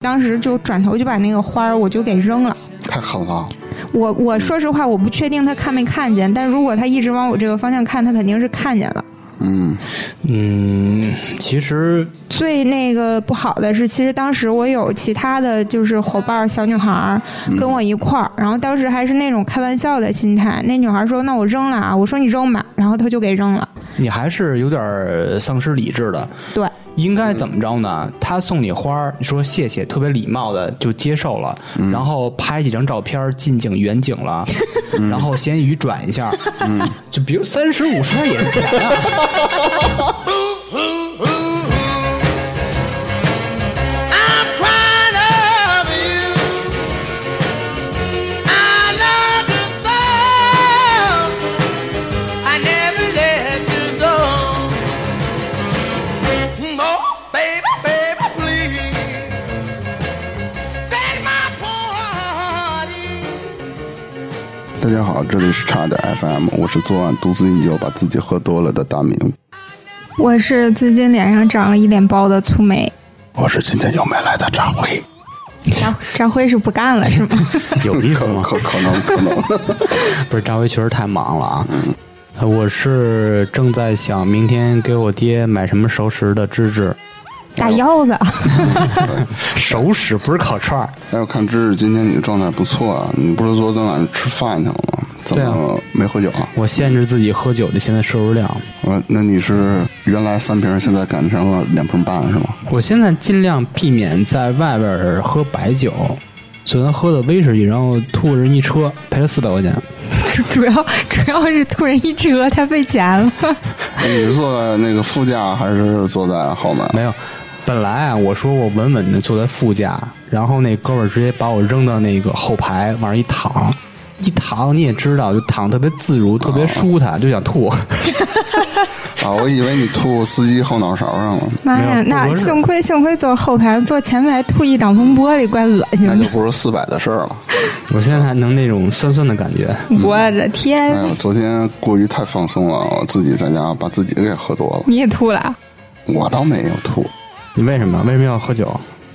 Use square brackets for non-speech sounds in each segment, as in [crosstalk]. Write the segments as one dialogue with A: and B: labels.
A: 当时就转头就把那个花儿我就给扔了。
B: 太狠了，
A: 我我说实话，我不确定他看没看见，但如果他一直往我这个方向看，他肯定是看见了。
B: 嗯，
C: 嗯，其实
A: 最那个不好的是，其实当时我有其他的就是伙伴儿小女孩儿跟我一块儿，然后当时还是那种开玩笑的心态。那女孩说：“那我扔了啊！”我说：“你扔吧。”然后她就给扔了。
C: 你还是有点儿丧失理智的。
A: 对，
C: 应该怎么着呢？他送你花儿，你说谢谢，特别礼貌的就接受了，
B: 嗯
C: 然后拍几张照片儿近景、远
B: [laughs]
C: 景了，嗯然后闲鱼转一下，
B: 嗯
C: [laughs] 就比如三十五十块也是钱啊。
D: I'm crying over you. I love you so. I never let you go. Oh, baby, baby, please set my poor heart ease.
B: 大家好，这里是差点 FM，我是昨晚独自饮酒把自己喝多了的大明，
A: 我是最近脸上长了一脸包的粗眉， [laughs]
B: 我是今天又没来的扎辉，
A: 张张辉是不干了是吗？ [laughs]
C: [laughs] 有意思
B: 可嗯
C: 吗？
B: 可可能可能，
C: 不是，张辉确实太忙了啊。呃我是正在想明天给我爹买什么熟食的芝芝，
A: 打腰子，啊
C: 熟食不是烤串儿。
B: 哎，我看芝芝今天你的状态不错啊，你不是昨天晚上吃饭去了吗？怎
C: 对
B: 么
C: 啊
B: 没喝酒啊？
C: 我限制自己喝酒的现在摄入量，
B: 我那你是原来三瓶，现在改成了两瓶半是吗？
C: 我现在尽量避免在外边儿喝白酒。昨天喝的威士忌，然后吐人一车，赔了四百块钱。
A: [laughs] 主要主要是突然一折太费钱了。
B: 哎你是坐在那个副驾还是坐在后面？
C: 没有，本来啊，我说我稳稳的坐在副驾，然后那哥们儿直接把我扔到那个后排，往上一躺，一躺你也知道，就躺特别自如，特别舒坦，就想吐。 [laughs]
B: 啊，我以为你吐司机后脑勺上了，
A: 妈
C: 没
A: 呀
C: 有，
A: 那
C: 不是
A: 幸亏幸亏坐后排，坐前排吐一挡风玻璃，怪恶心
B: 那就
A: 的。
B: 不是四百的事儿了。
C: 我现在还能那种酸酸的感觉，
A: 我的天，
B: 哎呦，昨天过于太放松了，我自己在家把自己给喝多了。
A: 你也吐了？啊
B: 我倒没有吐，
C: 你为什么为什么要喝酒？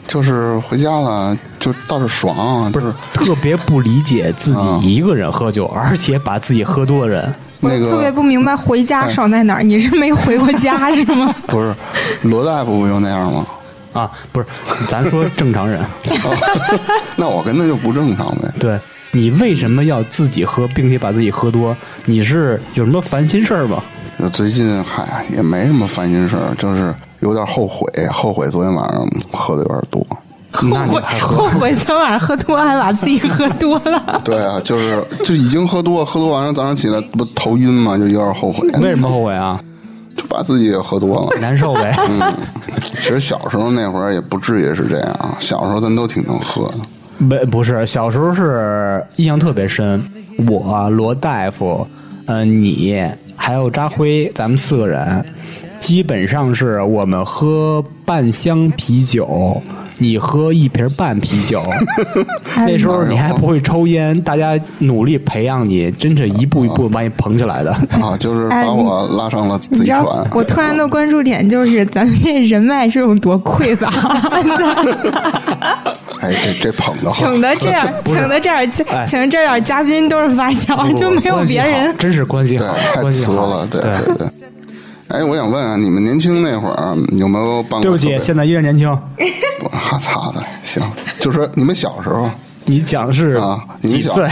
B: 就是回家了就倒是爽啊，
C: 不
B: 就是
C: 特别不理解自己一个人喝酒，而且把自己喝多的人。
A: 我
B: 那
A: 特别
B: 个
A: 不明白回家爽在哪儿？你是没回过家是吗？
B: 不是罗大夫不就那样吗？
C: 啊，不是，咱说正常人， [laughs]
B: 啊 [laughs] 那我跟他就不正常呗。
C: 对你为什么要自己喝，并且把自己喝多？你是有什么烦心事儿吗？
B: 就最近嗨也没什么烦心事儿，就是有点后悔，后悔昨天晚上喝的有点多。
C: 那你
A: 后
C: 还
A: 悔
C: 喝？
A: 后悔昨晚上喝多还把自己喝多了。
B: 对啊，就是 [laughs] 就已经喝多，喝多完了早上起来不头晕嘛，就有点后悔，
C: 为什么后悔啊？嗯
B: 就把自己也喝多了。
C: [laughs] 难受呗。
B: 其实小时候那会儿也不至于是这样啊，小时候咱都挺能喝的。
C: 没不是，小时候是印象特别深。我啊罗大夫，呃，你还有扎辉，咱们四个人，基本上是我们喝半箱啤酒，你喝一瓶半啤
A: [laughs]
C: 酒。那时候你还不会抽烟，大家努力培养你，真是一步一步把你捧起来
A: [laughs]
C: 的。
B: 啊，就是把我拉上了
A: 哎你
B: 贼
A: 知
B: 船。
A: 道我突然的关注点就是咱们这人脉是有多匮乏，
B: 哎，这这捧的好，
A: 请的这样，
C: 不是
A: 请的这样，请
C: 哎
A: 请的这点嘉宾都是发小，就啊没有
C: 关系
A: 别
C: 好
A: 人。
C: 真是关系
B: 对
C: 好，，
B: 太
C: 关系
B: 瓷
C: 好
B: 了，对对
C: [laughs]
B: 对。哎，我想问啊，你们年轻那会儿啊有没有办过特别？
C: 对不起，现在依然年轻。
B: 我哈擦的，行，就说你们小时候，
C: 你讲的是
B: 啊你
C: 几
B: 讲
C: 岁？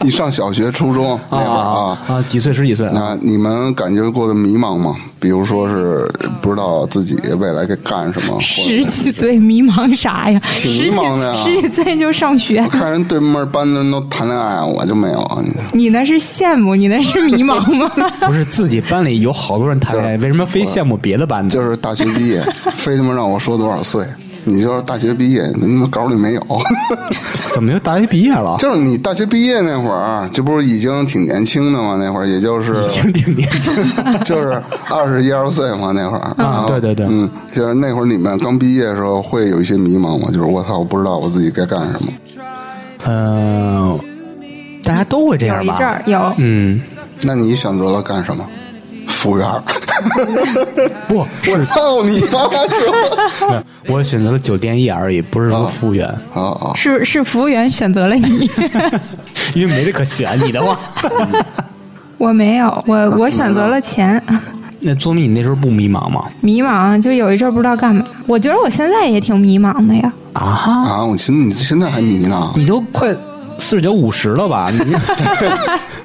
B: 你上小学、初中 [laughs] 那会儿啊，
C: 啊！几岁？十几岁？
B: 那你们感觉过得迷茫吗？比如说是不知道自己未来该干什么，或者
A: 十几岁迷茫啥呀？十
B: 迷
A: 几
B: 茫的呀
A: 十几岁就上学
B: 我，看人对面班的人都谈恋爱，我就没有，
A: 你那是羡慕，你那是迷茫吗？
C: 不 [laughs] 是自己班里有好多人谈恋爱，为什么非羡慕别的班的？
B: 就是大学毕业， [laughs] 非他妈让我说多少岁。你就是大学毕业，你他妈稿里没有， [laughs]
C: 怎么就大学毕业了？
B: 就是你大学毕业那会儿，啊这不是已经挺年轻的吗？那会儿也就是
C: 已经挺年轻了，
B: 就是二十一二岁嘛，那会儿
C: 啊对对对
B: 嗯，就是那会儿你们刚毕业的时候会有一些迷茫吗？就是我操，我不知道我自己该干什么。
C: 嗯，大家都会这样吧？
A: 有，
C: 嗯，
B: 那你选择了干什么？服务员儿，
C: 不，
B: 我操你妈！ [laughs] 是吧
C: 我选择了酒店业而已，不是说服务员，
B: 啊啊，
A: 是是服务员选择了
C: [laughs]
A: 你，
C: 因为没得可选。你的话，
A: 我没有，我我选择了钱，
C: [laughs] 啊那说明你那时候不迷茫吗？
A: [laughs] 迷茫啊就有一阵儿不知道干嘛。我觉得我现在也挺迷茫的呀，
C: 啊哈，
B: 啊！我寻思你现在还迷呢，啊
C: 你都快四十九五十了吧？你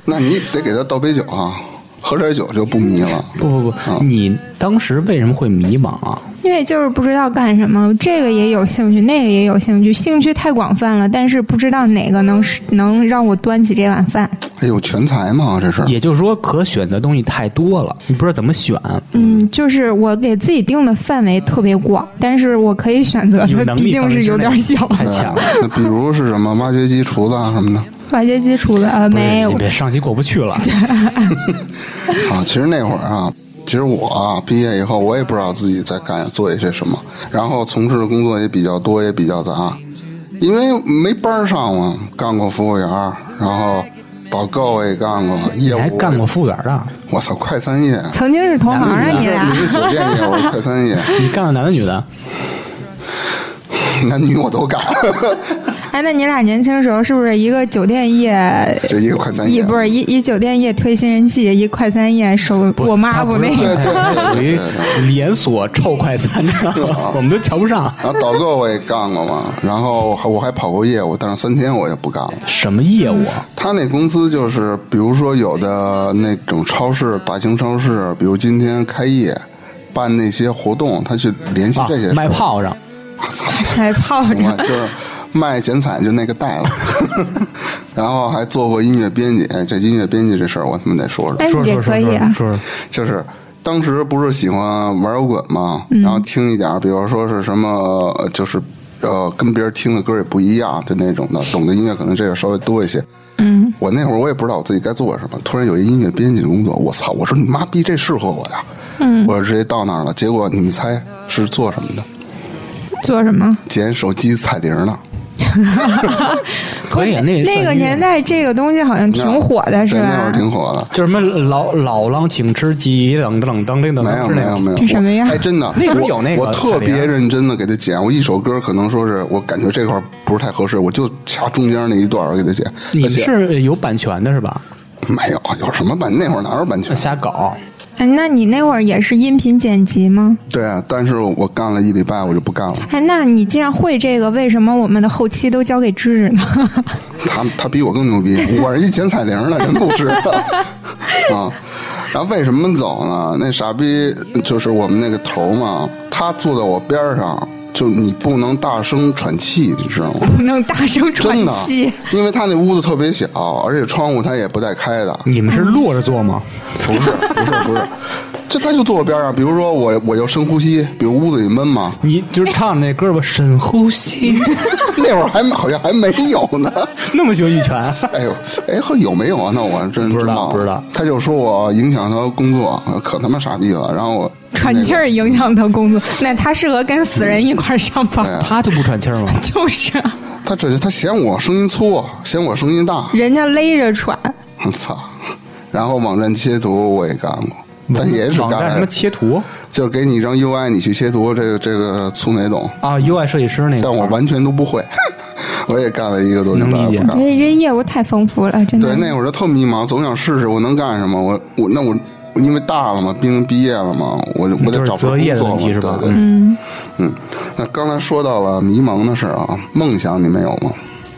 B: 那你得给他倒杯酒啊，喝点酒就不迷了。
C: 不不不，你当时为什么会迷茫啊？
A: 因为就是不知道干什么，这个也有兴趣，那个也有兴趣，兴趣太广泛了，但是不知道哪个
C: 嗯
A: 能使能让我端起这碗饭。
B: 哎呦，全才嘛，这是
C: 也就是说，可选的东西太多了，你不知道怎么选。
A: 嗯，就是我给自己定的范围特别广，但是我可以选择
C: 有
A: 的
C: 能力
A: 毕竟是有点小。
C: 太
A: [laughs]
C: 强了。
B: 啊那比如是什么挖掘机、厨子啊什么的。
A: 挖掘机除了呃
C: 不是
A: 没有
C: 你，别上级过不去了。
B: 啊，其实那会儿啊，其实我啊毕业以后，我也不知道自己在干做一些什么，然后从事的工作也比较多，也比较杂，因为没班儿上嘛，干过服务员儿，然后导购我也干过，业
C: 你还
B: 务
C: 干过，啊服务员的？
B: 我操，快餐业，
A: 曾经是同行啊，你
B: 你
A: 俩
B: 是酒店业，我是快
C: [laughs]
B: 餐业，
C: 你干的男的女的？
B: 男女我都干， [laughs]
A: 哎，那你俩年轻时候是不是一个酒店业？
B: 就一个快餐
A: 一
B: 业，
A: 不是一一酒店业推新人季，一快餐业手我妈
C: 他不
A: 我那
C: 是
A: 个
B: 对对
C: 他
B: 对
C: 属
B: [laughs]
C: 于连锁臭快餐，你知道
B: 啊
C: 吗？我们都瞧不上。
B: 然后导购我也干过嘛，然后还我还跑过业务，但是三天我也不干了。
C: 什么业务啊？
B: 他那公司就是，比如说有的那种超市，大型超市，比如今天开业，办那些活动，他去联系
C: 啊
B: 这些。，
C: 卖炮仗。
B: 我操，
A: 还泡
B: 行吧，
A: 着。
B: [laughs] 就是卖剪彩就那个带了， [laughs] 然后还做过音乐编辑。哎，这音乐编辑这事儿我他妈得说说，
A: 哎，你这可以啊，
C: 说说，
B: 就是。当时不是喜欢玩摇滚嘛，然后
A: 嗯
B: 听一点儿，比如说是什么，呃就是呃，跟别人听的歌也不一样的那种的，懂的音乐可能这个稍微多一些。
A: 嗯
B: 我那会儿我也不知道我自己该做什么，突然有一音乐编辑的工作，我操！我说你妈逼，这适合我呀！嗯，我直接到那儿了，结果你们猜是做什么的？
A: 做什么？
B: 捡手机彩铃的，
C: 可以啊。那
A: 那个年
C: 代
A: 代，这个东西好像挺火的，是
B: 对，那会
A: 吧
B: 儿？挺火的。
C: 就什么老老狼请吃鸡，噔噔噔噔噔，
B: 没有
C: 是
B: 没
C: 那
B: 有
C: 种
B: 没有，
A: 这什么呀
B: 我哎，真的，
C: 那会儿
B: 我
C: 有那个
B: 我特
C: 彩
B: 别
C: 铃
B: 认真的给他剪，我一首歌可能说是我感觉这块儿不是太合适，我就掐中间那一段儿给他剪。
C: 你
B: 而
C: 们
B: 且
C: 是有版权的是吧？
B: 没有有什么版？那会儿哪有版权？
C: 瞎搞。
A: 哎，那你那会儿也是音频剪辑吗？
B: 对啊，但是我干了一礼拜，我就不干了。
A: 哎，那你既然会这个，为什么我们的后期都交给芝芝呢？
B: 他他比我更牛逼，我是一捡彩铃的，人不是啊。然后为什么走呢？那傻逼就是我们那个头儿嘛，他坐在我边儿上，就你不能大声喘气，你知道吗？
A: 不能大声喘
B: 真的
A: 气。，
B: 因为他那屋子特别小，而且窗户他也不带开的， [laughs]
C: 你们是
A: 嗯
C: 落着做吗？
B: 不是不是不是，就他就坐我边儿上。比如说我我要深呼吸，比如屋子里闷嘛，
C: 你就是唱那歌吧，深呼吸，
B: [laughs]
C: [laughs]
B: 那会儿还好像还没有呢。 [laughs]
C: 那么喜欢一拳，
B: 哎呦，哎呵，有没有啊？那我真
C: 不知道
B: 忘了
C: 不知道
B: 他就说我影响他工作，可他妈傻逼了。然后我
A: 喘气，儿影响他工作，那他适合跟死人一块儿上
B: 对
A: 班，
B: 啊
C: 他就不喘气儿吗？
A: 就是啊
B: 那个他这他嫌我声音粗，嫌我声音大， [laughs]
A: 人家勒着喘，
B: 我操！然后网站切图我也干过，但也是
C: 网站什
B: 干
C: 么，切图
B: 就是给你一张 UI，你去切图，这个这个粗没懂，
C: 啊，UI 设计师那个，
B: 但我完全都不会。我也干了一个多礼拜，
C: 能理解
B: 我干了
A: 这这业务太丰富了，真
B: 啊对，
A: 的。
B: 那会儿就特迷茫，总想试试我能干什么。我我那我我因为大了嘛，毕竟毕业了嘛，我我
C: 嗯就
B: 得
C: 是
B: 找份
C: 择业
B: 工
C: 的
B: 作
C: 问
B: 嘛。
C: 题是吧？
B: 对对
A: 嗯，
B: 嗯，那刚才说到了迷茫的事儿啊，梦想你们有吗？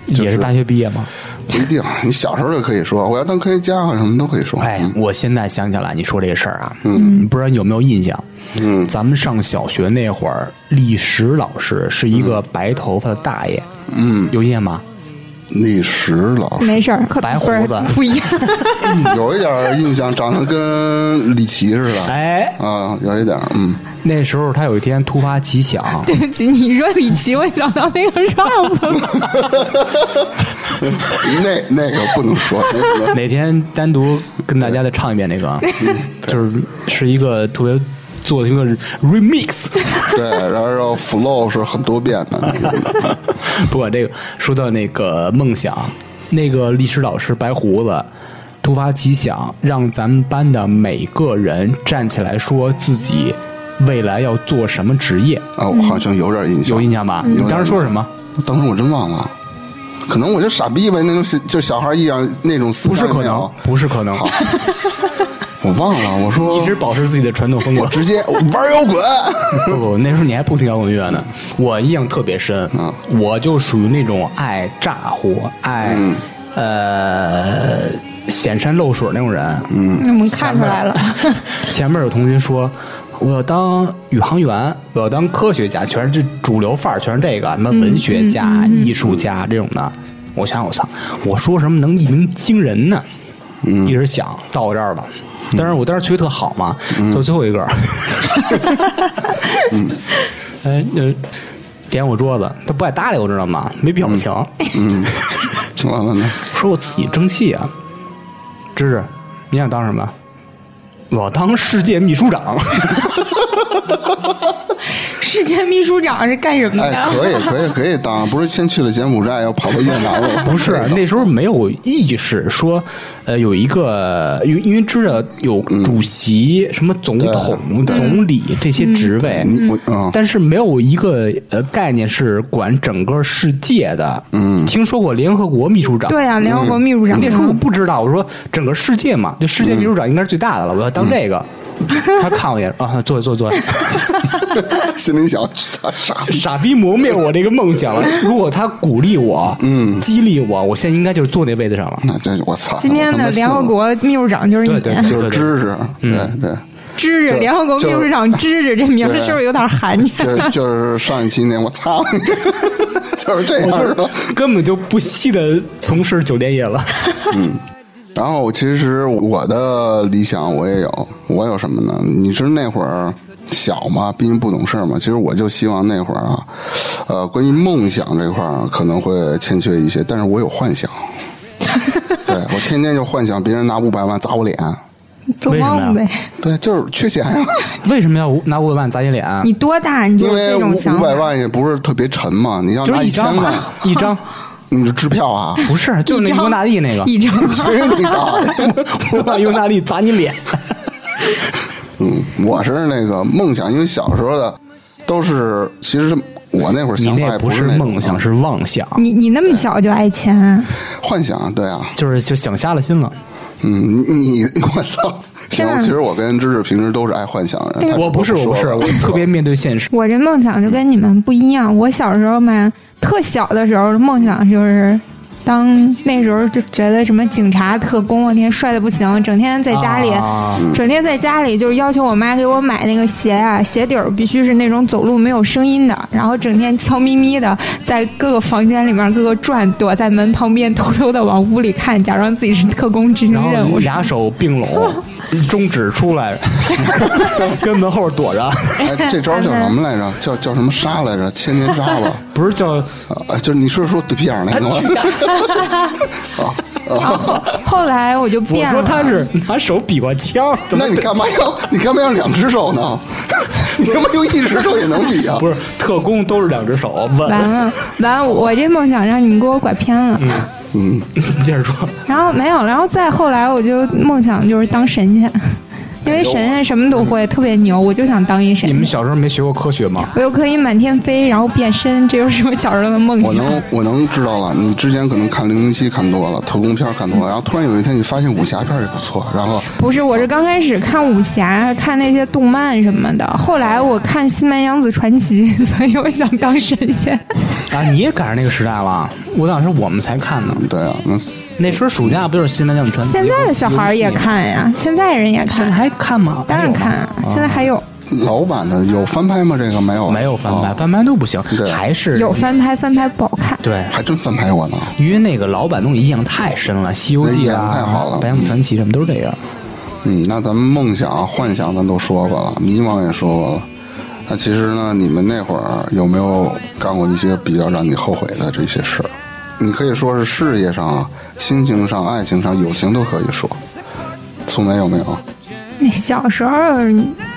C: 也是大学毕业吗？
B: 不一定，你小时候就可以说我要当科学家啊，什么都可以说。
C: 哎，我现在想起来你说这个事儿啊，嗯，不知道你有没有印象？嗯，咱们上小学那会儿，历史老师是一个白头发的大爷，嗯，有印象吗？
B: 历史老师嗯
A: 没事儿，可
C: 白
A: 不是
C: 胡子
A: 不一样。
B: 有一点印象，长得跟李琦似的。
C: 哎，
B: 啊，有一点，嗯， [laughs]
C: 那时候他有一天突发奇想，
A: 对不起，你说李琦，我想到那个
B: [laughs]
A: rap，
B: 那那个不能说，那个不能
C: 哪天单独跟大家再唱一遍那个，就是是一个特别做的一个 remix。
B: 对，然后 flow 是很多变的，那个
C: [laughs] 不管这个，说到那个梦想，那个历史老师白胡子突突发奇想，让咱们班的每个人站起来说自己未来要做什么职业，
B: 啊，我好像有点印象，
C: 有印象吧？
B: 有
C: 你当时说什么？
B: 当时我真忘了，可能我就傻逼呗，那种小就小孩一样那种思
C: 不是
B: 想也
C: 可
B: 没
C: 能
B: 有，
C: 不是可能，
B: 我忘了，我说
C: 一直保持自己的传统风格 [laughs]
B: 我。直接我玩摇滚，
C: 不不，那时候你还不听摇滚乐呢。我印象特别深，我就属于那种爱咋呼、爱、呃显山露水那种人。嗯，
A: 那我们看出来了，
C: 前面有同学说我要当宇航员，我要当科学家，全是这主流范儿，全是这个什么文学家、艺术家这种的。我想，我操，我说什么能一鸣惊人呢？一直想到我这儿了。但是我当时学特好嘛，就最后一个， [laughs] 嗯，呃，点我桌子，他不爱搭理我，知道吗？没表情，
B: 完了呢，
C: 说我自己争气啊。芝芝，你想当什么？我当世界秘书长。
A: 世界秘书长是干什么的？
B: 哎，可以可以可以当，不是先去了柬埔寨，要跑到越南
C: [laughs]
B: 了，
C: 不是那时候没有意识说，呃，有一个，因为因为知道有主席、什么总统、总理这些职位，
B: 你我嗯
C: 但是没有一个呃概念是管整个世界的。嗯，听说过联合国秘书长，
A: 对啊，联合国秘书
B: 嗯
A: 长。
C: 那时候我不知道，我说整个世界嘛，就世界秘书长应该是最大的了，我要当这 [laughs] 个。他看我一眼啊，坐下坐下 [laughs] 坐下。
B: 心里想傻傻
C: 就傻逼磨灭我这个梦想了。如果他鼓励我，嗯，激励我，我现在应该就是坐那位子上了。
B: 那这我操！
A: 今天
B: 我他妈
A: 的
B: 信
A: 联合
B: 了
A: 国秘书长就是你，
C: 对对
B: 就是知识，对对。
A: 芝芝，联合国秘书长芝芝这名儿
B: 对
A: 是不是有点寒碜？
B: 就是就是上一期那我操， [laughs] 就是这样是吧？
C: [laughs] 根本就不惜的从事酒店业了。
B: 然后其实我的理想我也有，我有什么呢？你知道那会儿小嘛，毕竟不懂事儿嘛。其实我就希望那会儿啊，呃，关于梦想这块儿可能会欠缺一些，但是我有幻想。对我天天就幻想别人拿五百万砸我脸，
A: 做梦
C: 为
A: 呗。
B: 对，就是缺钱呀、
C: [laughs] 为什么要拿五百万砸你脸？啊
A: [laughs] 你多大你就
B: 啊因
A: 有
B: 为
A: 这
B: 五
A: 种想
B: 五
A: 法
B: 百？万也不是特别沉嘛，你要
C: 就
B: 拿
C: 是
B: 一
C: 一
B: 千
C: 张
B: 万，
C: 嘛， [laughs] 一张
B: 你这支票啊， [laughs]
C: 不 [laughs] 是，就是那
A: 一张
C: 尤大利 [laughs] 那个，
A: 一张，
B: 谁你打的？
C: 我把 [laughs] 尤大利砸你脸。
B: 嗯，我是那个梦想，因为小时候的都是，其实我那会儿
C: 你
B: 想法也
C: 那不
B: 是
C: 是
B: 那种啊
C: 梦想，是妄想，
A: 你你那么小就爱钱，啊
B: 幻想，对啊，
C: 就是就想瞎了心了。
B: 嗯，你你我操！
A: 真的
B: 行，其实我跟芝芝平时都是爱幻想的人，
C: 我不是，我不
B: 不
C: 是，我特别面对现实。
A: 我这梦想就跟你们不一
C: 嗯
A: 样。我小时候嘛，特小的时候梦想就是。当那时候就觉得什么警察、特工，我天，帅的不行，整天 [laughs] 在家里，嗯
C: 啊
A: 整天在家里就是要求我妈给我买那个鞋啊，鞋底儿必须是那种走路没有声音的，然后整天悄咪咪的在各个房间里面各个转，躲在门旁边偷偷的往屋里看，假装自己是特工执行
C: 然
A: 任
C: 后
A: 务。
C: 俩手并拢，中指出来，跟门后躲着。
B: 哎，这招叫什么来着？叫叫什么杀来着？千年杀吧？
C: 不是叫
B: 啊，就是你是说对屁眼儿那个吗？
A: [laughs] 然后后后来我就
C: 我
A: 变了，
C: 说他是拿手比划枪，怎么
B: 那你干嘛要你干嘛要两只手呢？ [laughs] 你他妈用一只手也能比啊？
C: 不是特工都是两只手稳。
A: 完了完了，我这梦想让你们给我拐偏了。
C: [laughs] 接着说，
A: 然后没有，然后再后来我就梦想就是当神
C: [laughs]
A: 仙，因为神仙什么都会，特别牛，我就想当一神
C: 你
A: 仙
C: 们。小时候没学过科学吗？
A: 我又可以满天飞，然后变身，这就是我小时候的梦
B: 我
A: 想。
B: 能我能知道了，你之前可能看零零七看多了，特工片儿看多了，然后突然有一天你发现武侠片儿也不错，然后
A: 不是，我是刚开始看武侠，看那些动漫什么的，后来我看《新白娘子传奇》， [laughs] 所以我想当神
C: [laughs]
A: 仙。
C: 啊，你也赶上那个时代了。我当时我们才看呢，
B: 对啊，那
C: 那时候暑假不就是《新白娘子传奇》？
A: 现在的小孩儿也，看呀，现在人也
C: 现在
A: 看，
C: 还啊看吗？
A: 当然
C: 还有吗
A: 看，啊现在还有
B: 老版的有翻拍吗？这个没有，
C: 没有翻拍，
B: 哦
C: 翻拍都不行，
B: 对
C: 还是
A: 有翻拍，翻拍不好看。
C: 对。
B: 还真翻拍过呢。
C: 因为那个老板东西影响太深了，《西游记》啊，
B: 那演得太好了
C: 白娘子传奇》什么都是这样。
B: 嗯，那咱们梦想、幻想咱都说过了，迷茫也说过了。那其实呢，你们那会儿有没有干过一些比较让你后悔的这些事儿？你可以说是事业上、亲情上、爱情上、友情都可以说。苏梅有没有？
A: 那小时候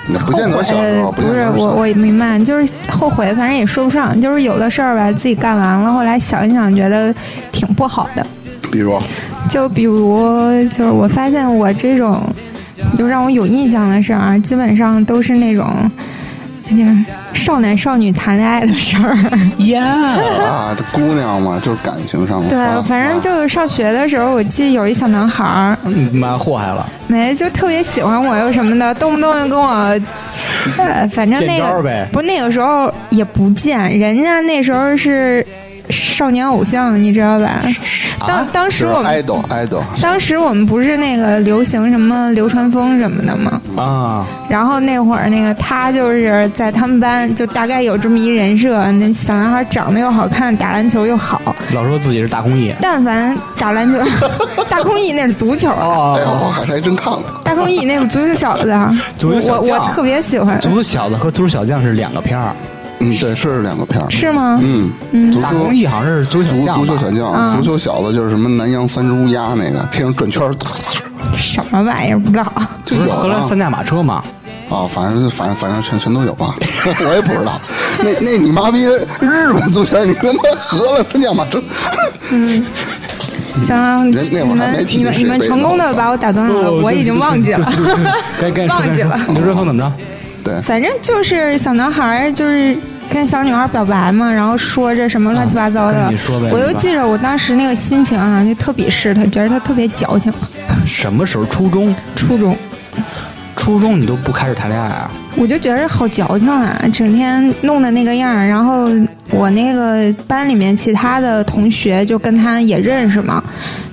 B: 那 [laughs] 不
A: 后
B: 见得小时候，
A: 悔，
B: 见
A: 是
B: 得小
A: 我，我也明白，就是后悔，反正也说不上，就是有的事儿吧，自己干完了，后来想一想，觉得挺不好的。
B: 比如，
A: 就比如，就是我发现我这种，就让我有印象的事儿啊，基本上都是那种， [laughs] 就是少男少女谈恋爱的事儿。
C: 呀，
B: 啊，这姑娘嘛，就是感情上
A: [laughs]
B: 嘛。
A: 对
B: 啊，
A: 反正就是上学的时候，我记得有一小男孩儿，
C: 嗯妈祸害了，
A: 没就特别喜欢我，又什么的，动不动就跟我，呃，反正那
C: 见招儿
A: 个
C: 呗
A: 不是那个时候也不见，人家那时候是少年偶像，你知道吧？
C: 啊
A: 当当时
B: 是
A: 我
C: 哎
A: 们
B: idol idol，
A: 当时我们不是那个流行什么流川枫什么的吗？
C: 啊，
A: 然后那会儿那个他就是在他们班就大概有这么一人设，那小男孩长得又好看，打篮球又好，
C: 老说自己是大公益。
A: 但凡打篮球， [laughs] 大空翼那是足球，啊
B: 哎呦，
C: 哦，
B: 我还真看了。
A: 大空翼那是足球小子啊，
C: 足球小
A: 我
C: 将
A: 我特别喜欢，
C: 足球小子和足球小将是两个片儿，
B: 嗯，对，是两个片儿。
A: 是吗？
B: 嗯，足
C: 大
B: 球
C: 公益好像是足球
B: 足
C: 小
B: 足球
C: 将吧。
B: 小
A: 嗯
B: 将，足球小子就是什么南洋三只乌鸦那个，天上转圈儿，
A: 什么玩意儿不知道？
B: 就
C: 不是
B: 有
C: 荷兰
B: 啊
C: 三。驾马车吗？
B: 啊，反正反正反正全全都有吧， [laughs] 我也不知道。那那你妈逼日本足球，你他妈荷兰三驾马车， [laughs]
A: 行了，
B: 人那会
A: 你
B: 儿还没
A: 们
B: 提
A: 你们
B: 谁
A: 你们
B: 被
A: 成功的
B: 弄
A: 把我打断了，啊
C: 哦
A: 我已经忘记了。 [laughs]
C: 该该
A: 忘记了
C: 刘春峰怎么着？
B: 对，
A: 反正就是小男孩儿就是跟小女孩儿表白嘛，然后说这什么乱七八糟的。
C: 啊你说呗
A: 我就记着我当时那个心情啊，就特鄙视他，觉得他特别矫情。
C: 什么时候？初中？
A: 初中
C: 初中你都不开始谈恋爱啊？
A: 我就觉得好矫情啊，整天弄的那个样儿。然后我那个班里面其他的同学就跟他也认识嘛，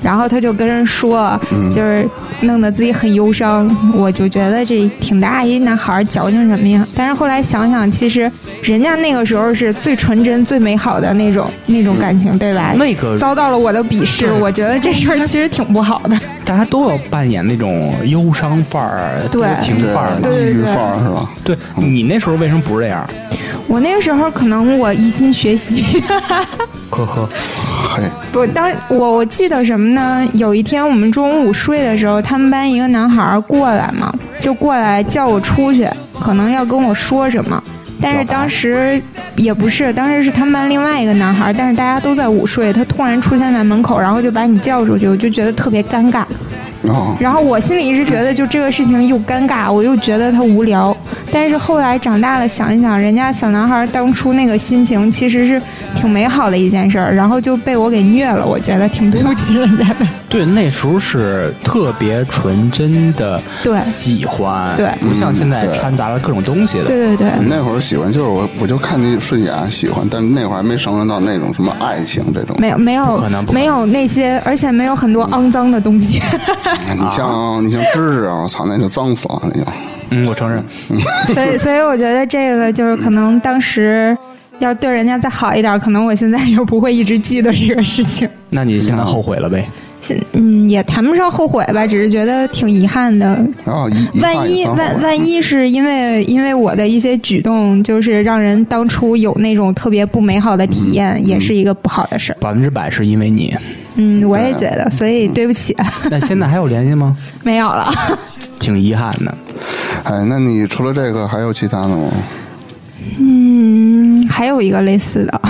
A: 然后他就跟人说，就是弄得自己很忧伤。我就觉得这挺大一男孩儿矫情什么呀？但是后来想想，其实人家那个时候是最纯真、最美好的那种那种感情，对吧？
C: 那个
A: 遭到了我的鄙视，
C: 对
A: 我觉得这事儿其实挺不好的。
C: 大家都要扮演那种忧伤范儿、
A: 对
C: 多情范儿
B: 这
C: 嘛。
A: 对
B: 抑
A: 对
B: 郁
A: 对
B: 范儿是吧？
C: 对你那时候为什么不是这样？
A: 我那个时候可能我一心学习。
C: 呵呵，
B: 嘿，
A: 不，当我我记得什么呢？有一天我们中午睡的时候，他们班一个男孩儿过来嘛，就过来叫我出去，可能要跟我说什么。但是当时也不是，当时是他们班另外一个男孩儿，但是大家都在午睡，他突然出现在门口，然后就把你叫出去，我就觉得特别尴尬。
B: 哦，
A: 然后我心里一直觉得，就这个事情又尴尬，我又觉得他无聊。但是后来长大了想一想，人家小男孩当初那个心情其实是挺美好的一件事儿，然后就被我给虐了，我觉得挺对不起人家的。
C: 对，那时候是特别纯真的，
A: 对
C: 喜欢，
A: 对
C: 不像现在
B: 嗯对
C: 掺杂了各种东西的。
A: [laughs] 对对对，
B: 那会儿喜欢就是我，我就看你顺眼喜欢，但那会儿还没上升到那种什么爱情这种。
A: 没有没有
C: 可能不可能
A: 没有那些，而且没有很多肮脏的东 [laughs] 西。
B: 你像你像芝芝啊，我操，那就脏死了，那就。
C: 嗯，我承认，
A: 所以所以我觉得这个就是可能当时要对人家再好一点，可能我现在也不会一直记得这个事情。
C: 那你现在后悔了呗？
A: 现嗯也谈不上后悔吧，只是觉得挺遗憾的，
B: 然后一一看
A: 万
B: 也
A: 一
B: 算好
A: 万
B: 吧
A: 万一是因为因为我的一些举动，就是让人当初有那种特别不美好的体验，也是一个不好的事儿。
C: 百分之百是因为 [laughs] 你。
A: 嗯，我也觉得，所以对不起，啊
C: 那现在还有联系吗？
A: 没有了。 [laughs]
C: 挺遗憾的。
B: 哎，那你除了这个还有其他的吗？
A: 嗯，还有一个类似的，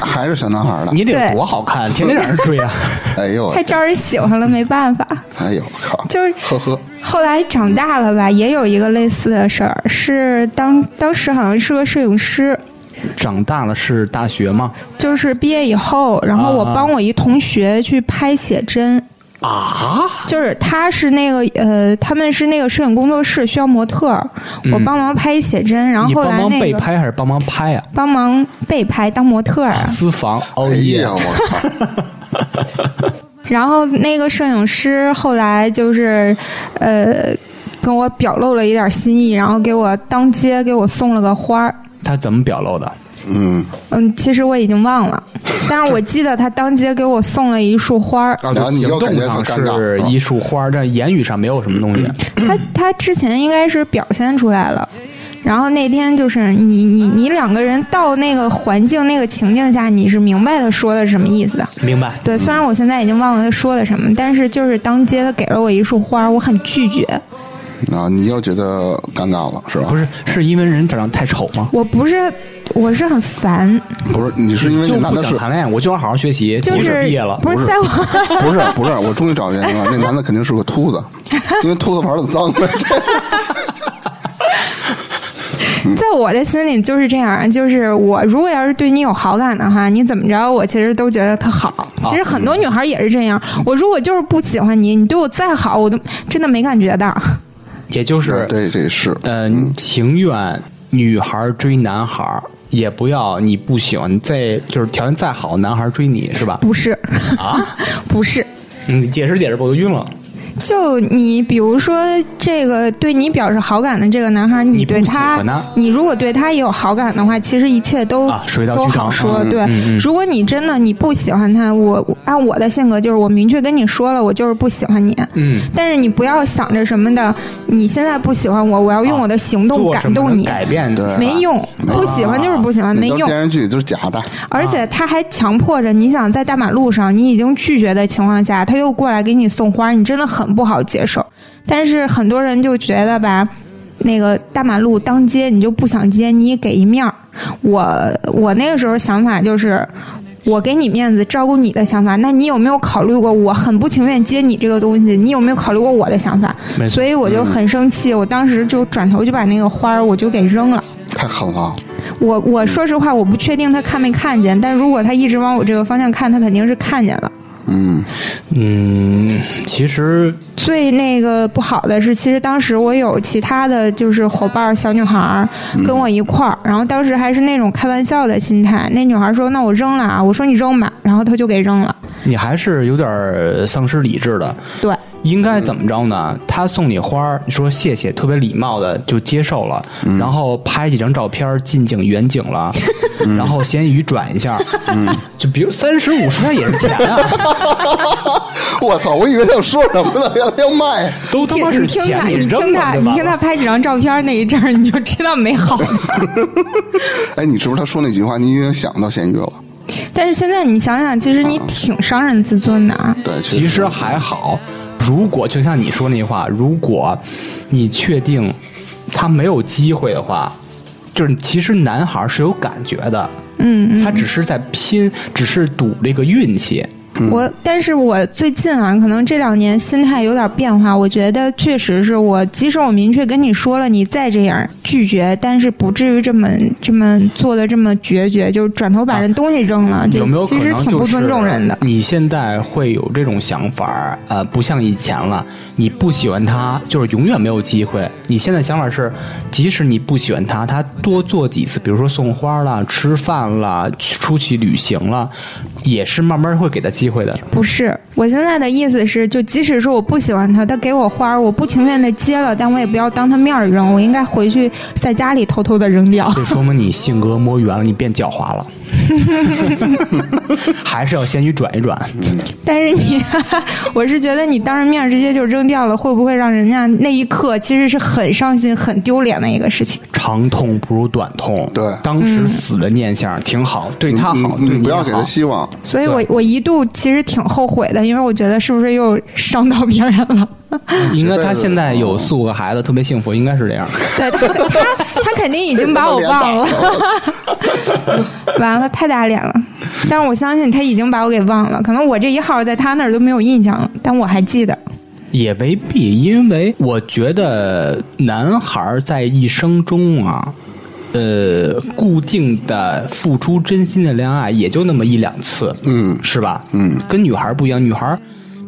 B: 还是小男孩的？
C: 你得
A: 对
C: 多好看，天天让人追啊！
B: 哎呦，
A: 太招人喜欢了，没办法。
B: 哎呦，我靠！
A: 就是
B: 呵呵，
A: 后来长大了吧，也有一个类似的事儿，是当当时好像是个摄影师，
C: 长大了是大学吗？
A: 就是毕业以后，然后我
C: 啊
A: 帮我一同学去拍写真。
C: 啊，
A: 就是他是那个呃，他们是那个摄影工作室需要模特儿，我帮忙拍写真，然后
C: 嗯你
A: 后
C: 帮
A: 来
C: 忙
A: 那
C: 被
A: 个
C: 拍还是帮忙拍啊？
A: 帮忙被拍当模特儿，
C: 私房哦
B: 哎
C: 耶
B: 呀，！我靠！
A: 然后那个摄影师后来就是呃跟我表露了一点心意，然后给我当街给我送了个花儿。
C: 他怎么表露的？
B: 嗯，
A: 嗯，其实我已经忘了，但是我记得他当街给我送了一束花儿。
B: 然后你
C: 行
B: 就感
C: 动
B: 觉
C: 上
B: 很尴尬，嗯
C: 是
B: 是吧
C: 一束花，但言语上没有什么东西。
A: 他他之前应该是表现出来了，然后那天就是你你你两个人到那个环境那个情境下，你是明白他说的是什么意思的。
C: [clears throat] 明白？
A: 对，虽然我现在已经忘了他说的什么，但是就是当街他给了我一束花，我很拒绝。
B: 啊，你又觉得尴尬了是吧？
C: 不
B: 是，
C: 是，是因为人长得太丑吗？
A: 我不是，我是很烦，
B: 不是，你是因为
C: 就
B: 你那
C: 不
B: 那
C: 想
B: 是
C: 谈恋爱，我就要好好学习，
A: 就
C: 我
A: 是
C: 毕业了，
A: 不是在我
B: 不是不是，我终于找原因了，那男的肯定是个秃子，因为秃子玩的
C: [laughs]
B: 脏。
A: 在我的心里就是这样，就是我如果要是对你有好感的话，你怎么着，我其实都觉得特好。其实很多女孩也是这样，我如果就是不喜欢你，你对我再好，我都真的没感觉的。
C: 也就是
B: 对，这是
A: 啊
C: 嗯，情愿女孩追男孩，也不要你不喜欢，再就是条件再好，男孩追你是吧？
A: 不是啊，不是。
C: 你解释解释吧，我都晕了。
A: 就你比如说这个对你表示好感的这个男孩，你
C: 你不
A: 对
C: 喜
A: 他
C: 欢他，
A: 你如果对他也有好感的话，其实一切都
C: 啊水到渠
A: 都
C: 成
A: 好说。
C: 嗯
A: 对，如果你真的你不喜欢他，我我按我的性格就是我明确跟你说了，我就是不喜欢你。
C: 嗯，
A: 但是你不要想着什么的，你现在不喜欢我，我要用
C: 啊
A: 我的行动
C: 做什
A: 感
C: 么
A: 动
C: 能
A: 你，啊
C: 改变
B: 对
C: 的，
A: 没用，不喜欢就是不喜欢，没
B: 那都是
A: 用。
B: 电视剧都是假的，
A: 而且他还强迫着你想在大马路上，你已经拒绝的情况下，他又过来给你送花，你真的很不好接受。但是很多人就觉得吧，那个大马路当街你就不想接，你给一面儿。我我那个时候想法就是。我给你面子，照顾你的想法，那你有没有考虑过？我很不情愿接你这个东西，你有没有考虑过我的想法
C: 没？错
A: 所以我就很生气，我当时就转头就把那个花儿我就给扔了。
B: 太狠了。
A: 我我说实话，我不确定他看没看见，但如果他一直往我这个方向看，他肯定是看见了。
B: 嗯，
C: 嗯，其实
A: 最那个不好的是，其实当时我有其他的就是伙伴儿小女孩儿跟我一块儿，然后当时还是那种开玩笑的心态。那女孩说：“那我扔了啊！”我说：“你扔吧。”然后她就给扔了。
C: 你还是有点儿丧失理智的。
A: 对，
C: 应该怎么着呢？他送你花儿，你说谢谢，特别礼貌的就接受了，然后拍几张照片儿近景、远景了，然后闲鱼转一下， [laughs] 就比如三十五十块也是钱啊，
B: [laughs] 我操，我以为他要说什么呢，要要卖。
C: [laughs]
B: 啊
C: 都他妈
A: 你
C: 是
A: 听
C: 钱
A: 他，，你
C: 扔
A: 听
C: 了
A: 他，
C: 对
A: 你
C: 吧？
A: 听他拍几张照片那一阵儿，你就知道没
C: [laughs]
A: 好。
B: 哎，你是不是他说那句话，你已经想到咸鱼了？
A: 但是现在你想想，其实你挺伤人自尊的啊。
B: 对，
C: 其实还好，如果就像你说那句话，如果你确定他没有机会的话，就是其实男孩是有感觉的，嗯，他只是在拼，只是赌这个运气。
A: 我，但是我最近啊，可能这两年心态有点变化。我觉得确实是我，即使我明确跟你说了，你再这样拒绝，但是不至于这么这么做的这么决绝，就是转头把人东西扔了，就
C: 嗯有没有可
A: 其
C: 能
A: 实挺不尊重人的。
C: 就是嗯你现在会有这种想法儿，呃，不像以前了。你不喜欢他，就是永远没有机会。你现在想法是，即使你不喜欢他，他多做几次，比如说送花啦、吃饭啦、去出去旅行啦，也是慢慢会给他机会的。
A: 不是，我现在的意思是，就即使是我不喜欢他，他给我花儿，我不情愿的接了，但我也不要当他面儿扔，我应该回去在家里偷偷的扔掉。
C: 这说明你性格摸圆了，你变狡猾了， [laughs] 还是要先去转一转。
A: 但是你， [laughs] 我是觉得你当着面儿直接就扔掉了，会不会让人家那一刻其实是很伤心、很丢脸的一个事情？
C: 长痛不如短痛，
B: 对
C: 当时死的念想挺好，对他
B: 你
C: 好，
B: 你
C: 对
B: 你不
C: 也
B: 要给
C: 好
B: 他希望。
A: 所以我我一度其实挺后悔的，因为我觉得是不是又伤到别人了？
C: 应该他现
B: 哦
C: 在有四五个孩子，特别幸福，应该是这样。
A: 对他，他他肯定已经把我忘了，完了太打脸了。但是我相信他已经把我给忘了，可能我这一号在他那儿都没有印象了，但我还记得。
C: 也未必，因为我觉得男孩在一生中啊，呃，固定的付出真心的恋爱也就那么一两次，嗯，是吧？嗯，跟女孩不一样，女孩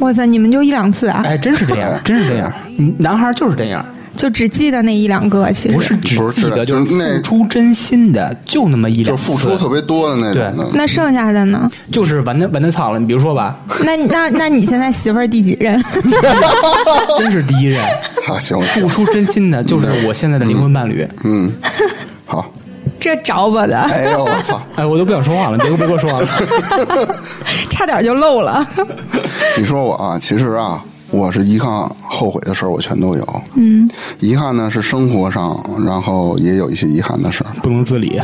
A: 哇塞，你们就一两次啊，
C: 哎，真是
B: [laughs]
C: 这样，真是这样，男孩就是这样，
A: 就只记得那一两个，其实
C: 不是只
B: 不是
C: 记得
B: 就是
C: 是
B: 那
C: 付出真心的，就那么一
B: 就
C: 两
B: 是
C: 次，
B: 付出特别多的那种的，
A: 那剩下的呢？
C: 就是完蛋完蛋操了。你比如说吧，
A: 那那那你现在媳妇儿第几任？
C: [laughs] 真是第一任，
B: 啊，行
C: 付出真心的，
B: [laughs]
C: 就是我现在的灵魂伴侣。
B: 好，
A: [laughs] 这找我的，
B: 哎呦我操！
C: 哎，我都不想说话了，别别给我说话了。
A: 差点就漏了。
B: 你说我啊，其实啊，我是遗憾、后悔的事儿，我全都有。嗯，遗憾呢是生活上，然后也有一些遗憾的事儿，
C: 不能自理，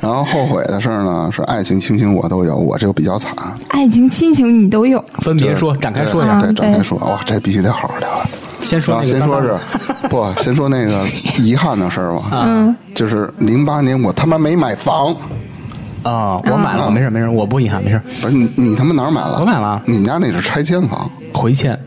B: 然后后悔的事儿呢是爱情、亲情我都有，我这个比较惨。
A: 爱情、亲情你都有，
C: 分别说，展开说一下。
A: 啊
B: 嗯对，展开
A: 对
B: 说，哇，这必须得好好聊。
C: 先说
B: 啊，
C: 那个
B: 先
C: 脏
B: 说
C: 脏
B: 是不， [laughs] 先说那个遗憾的事儿吧。嗯，就是零八年我他妈没买房，
C: 啊，我买了，没事没事，我不遗憾，没事，
B: 不是你你他妈哪儿买了？
C: 我买了
B: 你们家那是拆迁房。
C: 回欠。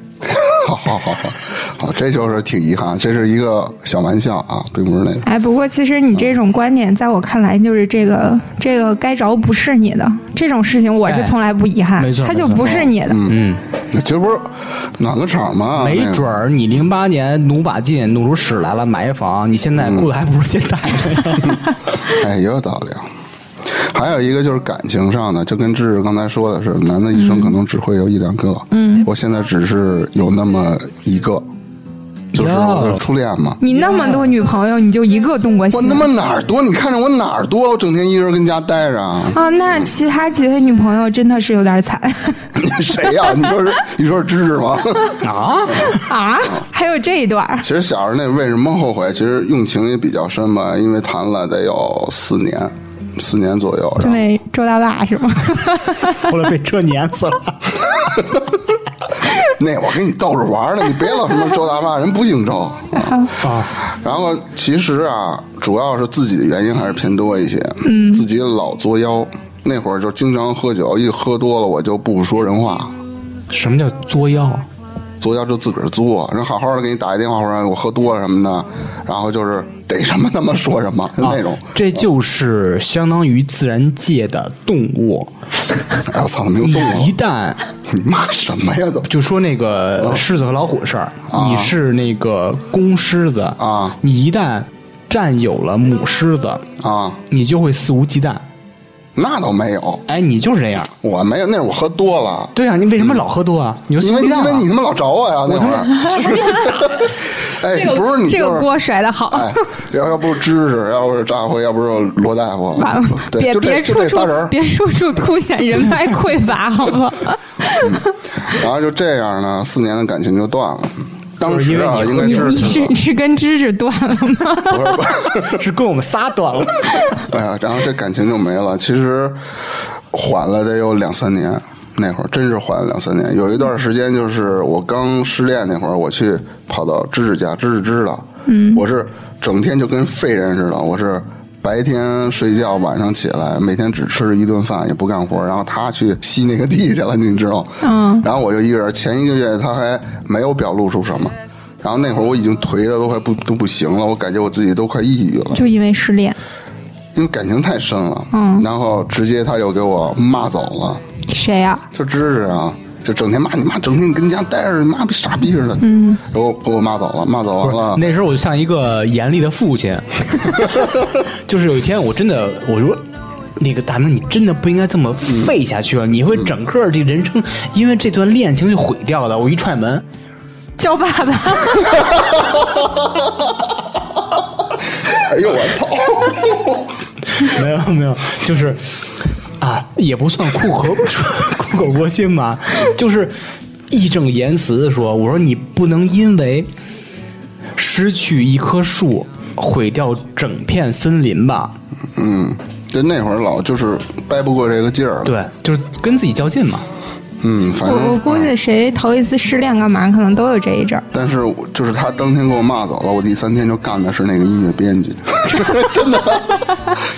B: 好好好好，好，这就是挺遗憾，这是一个小玩笑啊，并不是那个。
A: 哎，不过其实你这种观点，在我看来，就是这个这个该着不是你的这种事情，我是从来不遗憾
C: 哎没，错
A: 它就
C: 没错
A: 不是你的。
C: 嗯，
B: 这不是暖个场吗？
C: 没
B: 那个
C: 准儿你零八年努把劲，努出屎来了，买一房，你现在过得还不如现在。
B: 哎，也有道理啊。还有一个就是感情上的，就跟志志刚才说的是，男的一生可能只会有一两个。嗯，我现在只是有那么一个，就是我的初恋嘛。
A: 你那么多女朋友，你就一个动过心？
B: 我？他妈哪儿多？你看着我哪儿多了？我整天一人跟家待着啊 [laughs]
A: 啊，那其他几位女朋友真的是有点惨
B: 谁呀、你说是你说是芝芝吗？ [laughs]
C: 啊，
A: [laughs] 啊！还有这一段儿，
B: 其实小时候那为什么后悔？其实用情也比较深吧，因为谈了得有四年，四年左右。
A: 就
B: 然后
A: 那周大爸是吗？ [laughs]
C: 后来被车碾死了。
B: 那我跟你逗着玩儿呢，你别老什么周大妈，人不姓周。
C: 啊，
B: 然后其实啊，主要是自己的原因还是偏多一些，嗯，自己老作妖。那会儿就经常喝酒，一喝多了我就不说人话，
C: 什么叫作妖？啊
B: 作妖就自个儿作，人好好的给你打一电话，或者我喝多了什么的，然后就是逮什么他妈说什
C: 啊
B: 么，就那种。
C: 这就是相当于自然界的动物。
B: 哎我操，没有
C: 你
B: 动过
C: 一，旦
B: 你骂什么呀？都
C: 就说那个狮子和老虎的事儿，你是那个公狮子
B: 啊
C: 你一旦占有了母狮子，
B: 啊，
C: 你就会肆无忌惮。
B: 那倒没有，
C: 哎，你就是这样。
B: 我没有，那是我喝多了。
C: 对啊，你为什么老喝多啊？你就肆
B: 因
C: 无
B: 为
C: 忌惮
B: 因为
C: 了
B: 你他妈老找我呀，那会
C: 啊
B: 儿。 [laughs] 哎，
A: 这个
B: 不是你
A: 这
B: 就
A: 个
B: 是
A: 锅甩的好。
B: 哎，要要不是芝芝，要不是扎辉，要不是罗大夫
A: 完了，，
B: [laughs] 对，
A: 别
B: 就
A: 别
B: 这就
A: 处
B: 这
A: 处
B: 仨人儿，
A: [laughs] 别处处凸显
B: [laughs]
A: 人脉匮乏，好吗？
B: 然后就这样呢，四年的感情就断了。当时啊，
C: 就是因为你
B: 应该
A: 你
B: 是
A: 你是你是跟芝芝断了吗？ [laughs]
B: 不是不是，
C: [laughs] 是跟我们仨断了。
B: [laughs] 哎呀，然后这感情就没了。其实缓了得有两三年，那会儿真是缓了两三年。有一段时间就是我刚失恋那会儿，我去跑到芝芝家，芝芝知道，嗯，我是整天就跟废人似的，我是。白天睡觉，晚上起来，每天只吃一顿饭，也不干活。然后他去吸那个地去了，你知道？嗯。然后我就一个人，前一个月他还没有表露出什么，然后那会儿我已经颓的都快不都不行了，我感觉我自己都快抑郁了。
A: 就因为失恋，
B: 因为感情太深了，
A: 嗯
B: 然后直接他就给我骂走了，
A: 谁呀、
B: 就芝芝啊，就整天骂你妈，整天跟家待着，你妈逼傻逼似的，嗯，给我给我骂走了，骂走完了，
C: 那时候我就像一个严厉的父 [laughs] 亲，就是有一天我真的，我说。那个大明，你真的不应该这么废下去了，啊你会整个这人生因为这段恋情就毁掉的。我一踹门，
A: 叫爸爸， [laughs]
B: 哎呦我操，
C: [laughs] 没有没有，就是啊，也不算苦 [laughs] 口苦口婆心吧，就是义正言辞的说，我说你不能因为失去一棵树毁掉整片森林吧，
B: 嗯，就那会儿老就是掰不过这个劲儿，，
C: 对，就是跟自己较劲嘛。
B: 嗯，反正
A: 我我估计谁头一次失恋干嘛，可能都有这一阵儿。
B: 但是我就是他当天给我骂走了，我第三天就干的是那个音乐编辑， [laughs] 真的，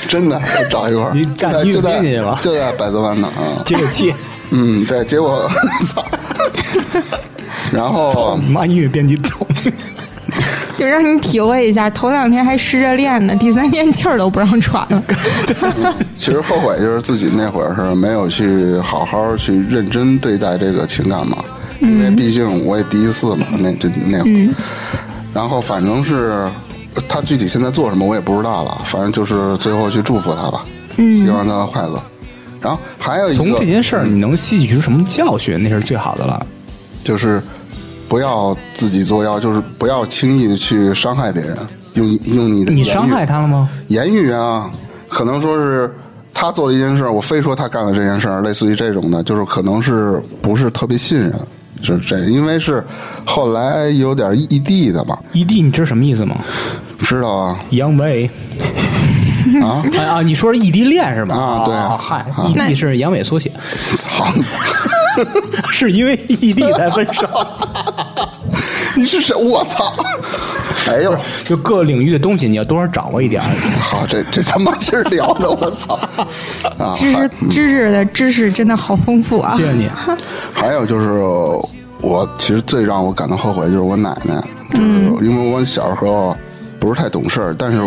B: 真的，找一会儿，
C: 你
B: 就
C: 干
B: 在
C: 音乐
B: 就在
C: 编辑去了
B: 就在百子湾呢啊，
C: 接着气，
B: 嗯，对，结果 [laughs] 操，然
C: [laughs]
B: 后
C: [laughs] 妈音乐编辑走。
A: 就让你体会一下，头两天还失着恋呢，第三天气儿都不让喘了。
B: 其实后悔就是自己那会儿是没有去好好去认真对待这个情感嘛，因为毕竟我也第一次嘛，那就那会儿，然后反正是他具体现在做什么我也不知道了，反正就是最后去祝福他吧，希望他快乐。然后还有一
C: [laughs] 从这
B: 个
C: 件事儿，你能吸取出什么教训，那是最好的了。
B: 就是不要自己作妖，就是不要轻易的去伤害别人，用用你的
C: 你
B: 言语
C: 伤害他了吗？
B: 言语啊，可能说是他做了一件事儿，我非说他干了这件事儿，类似于这种的，就是可能是不是特别信任，就是这，因为是后来有点异地的嘛，
C: 一地，你知道什么意思吗？
B: 知道啊？
C: 阳痿。
B: 啊
C: 啊啊！你说是异地恋是吧？
B: 啊对
C: 哦嗨，异
A: 那
C: 地是阳痿缩写，
B: [laughs] 操！
C: [laughs]
B: [laughs]
C: 是因为异地才分手。
B: 你是谁？我操！哎呦，
C: 就各领域的东西，你要多少掌握一
B: [laughs]
C: 点儿。
B: 好，这这他妈是聊的，我操！啊，
A: 知识
B: 还
A: 知识的知识真的好丰富啊
C: 谢！谢你，
B: 还有就是，我其实最让我感到后悔就是我奶奶，就是
C: 嗯
B: 因为我小时候不是太懂事儿，但是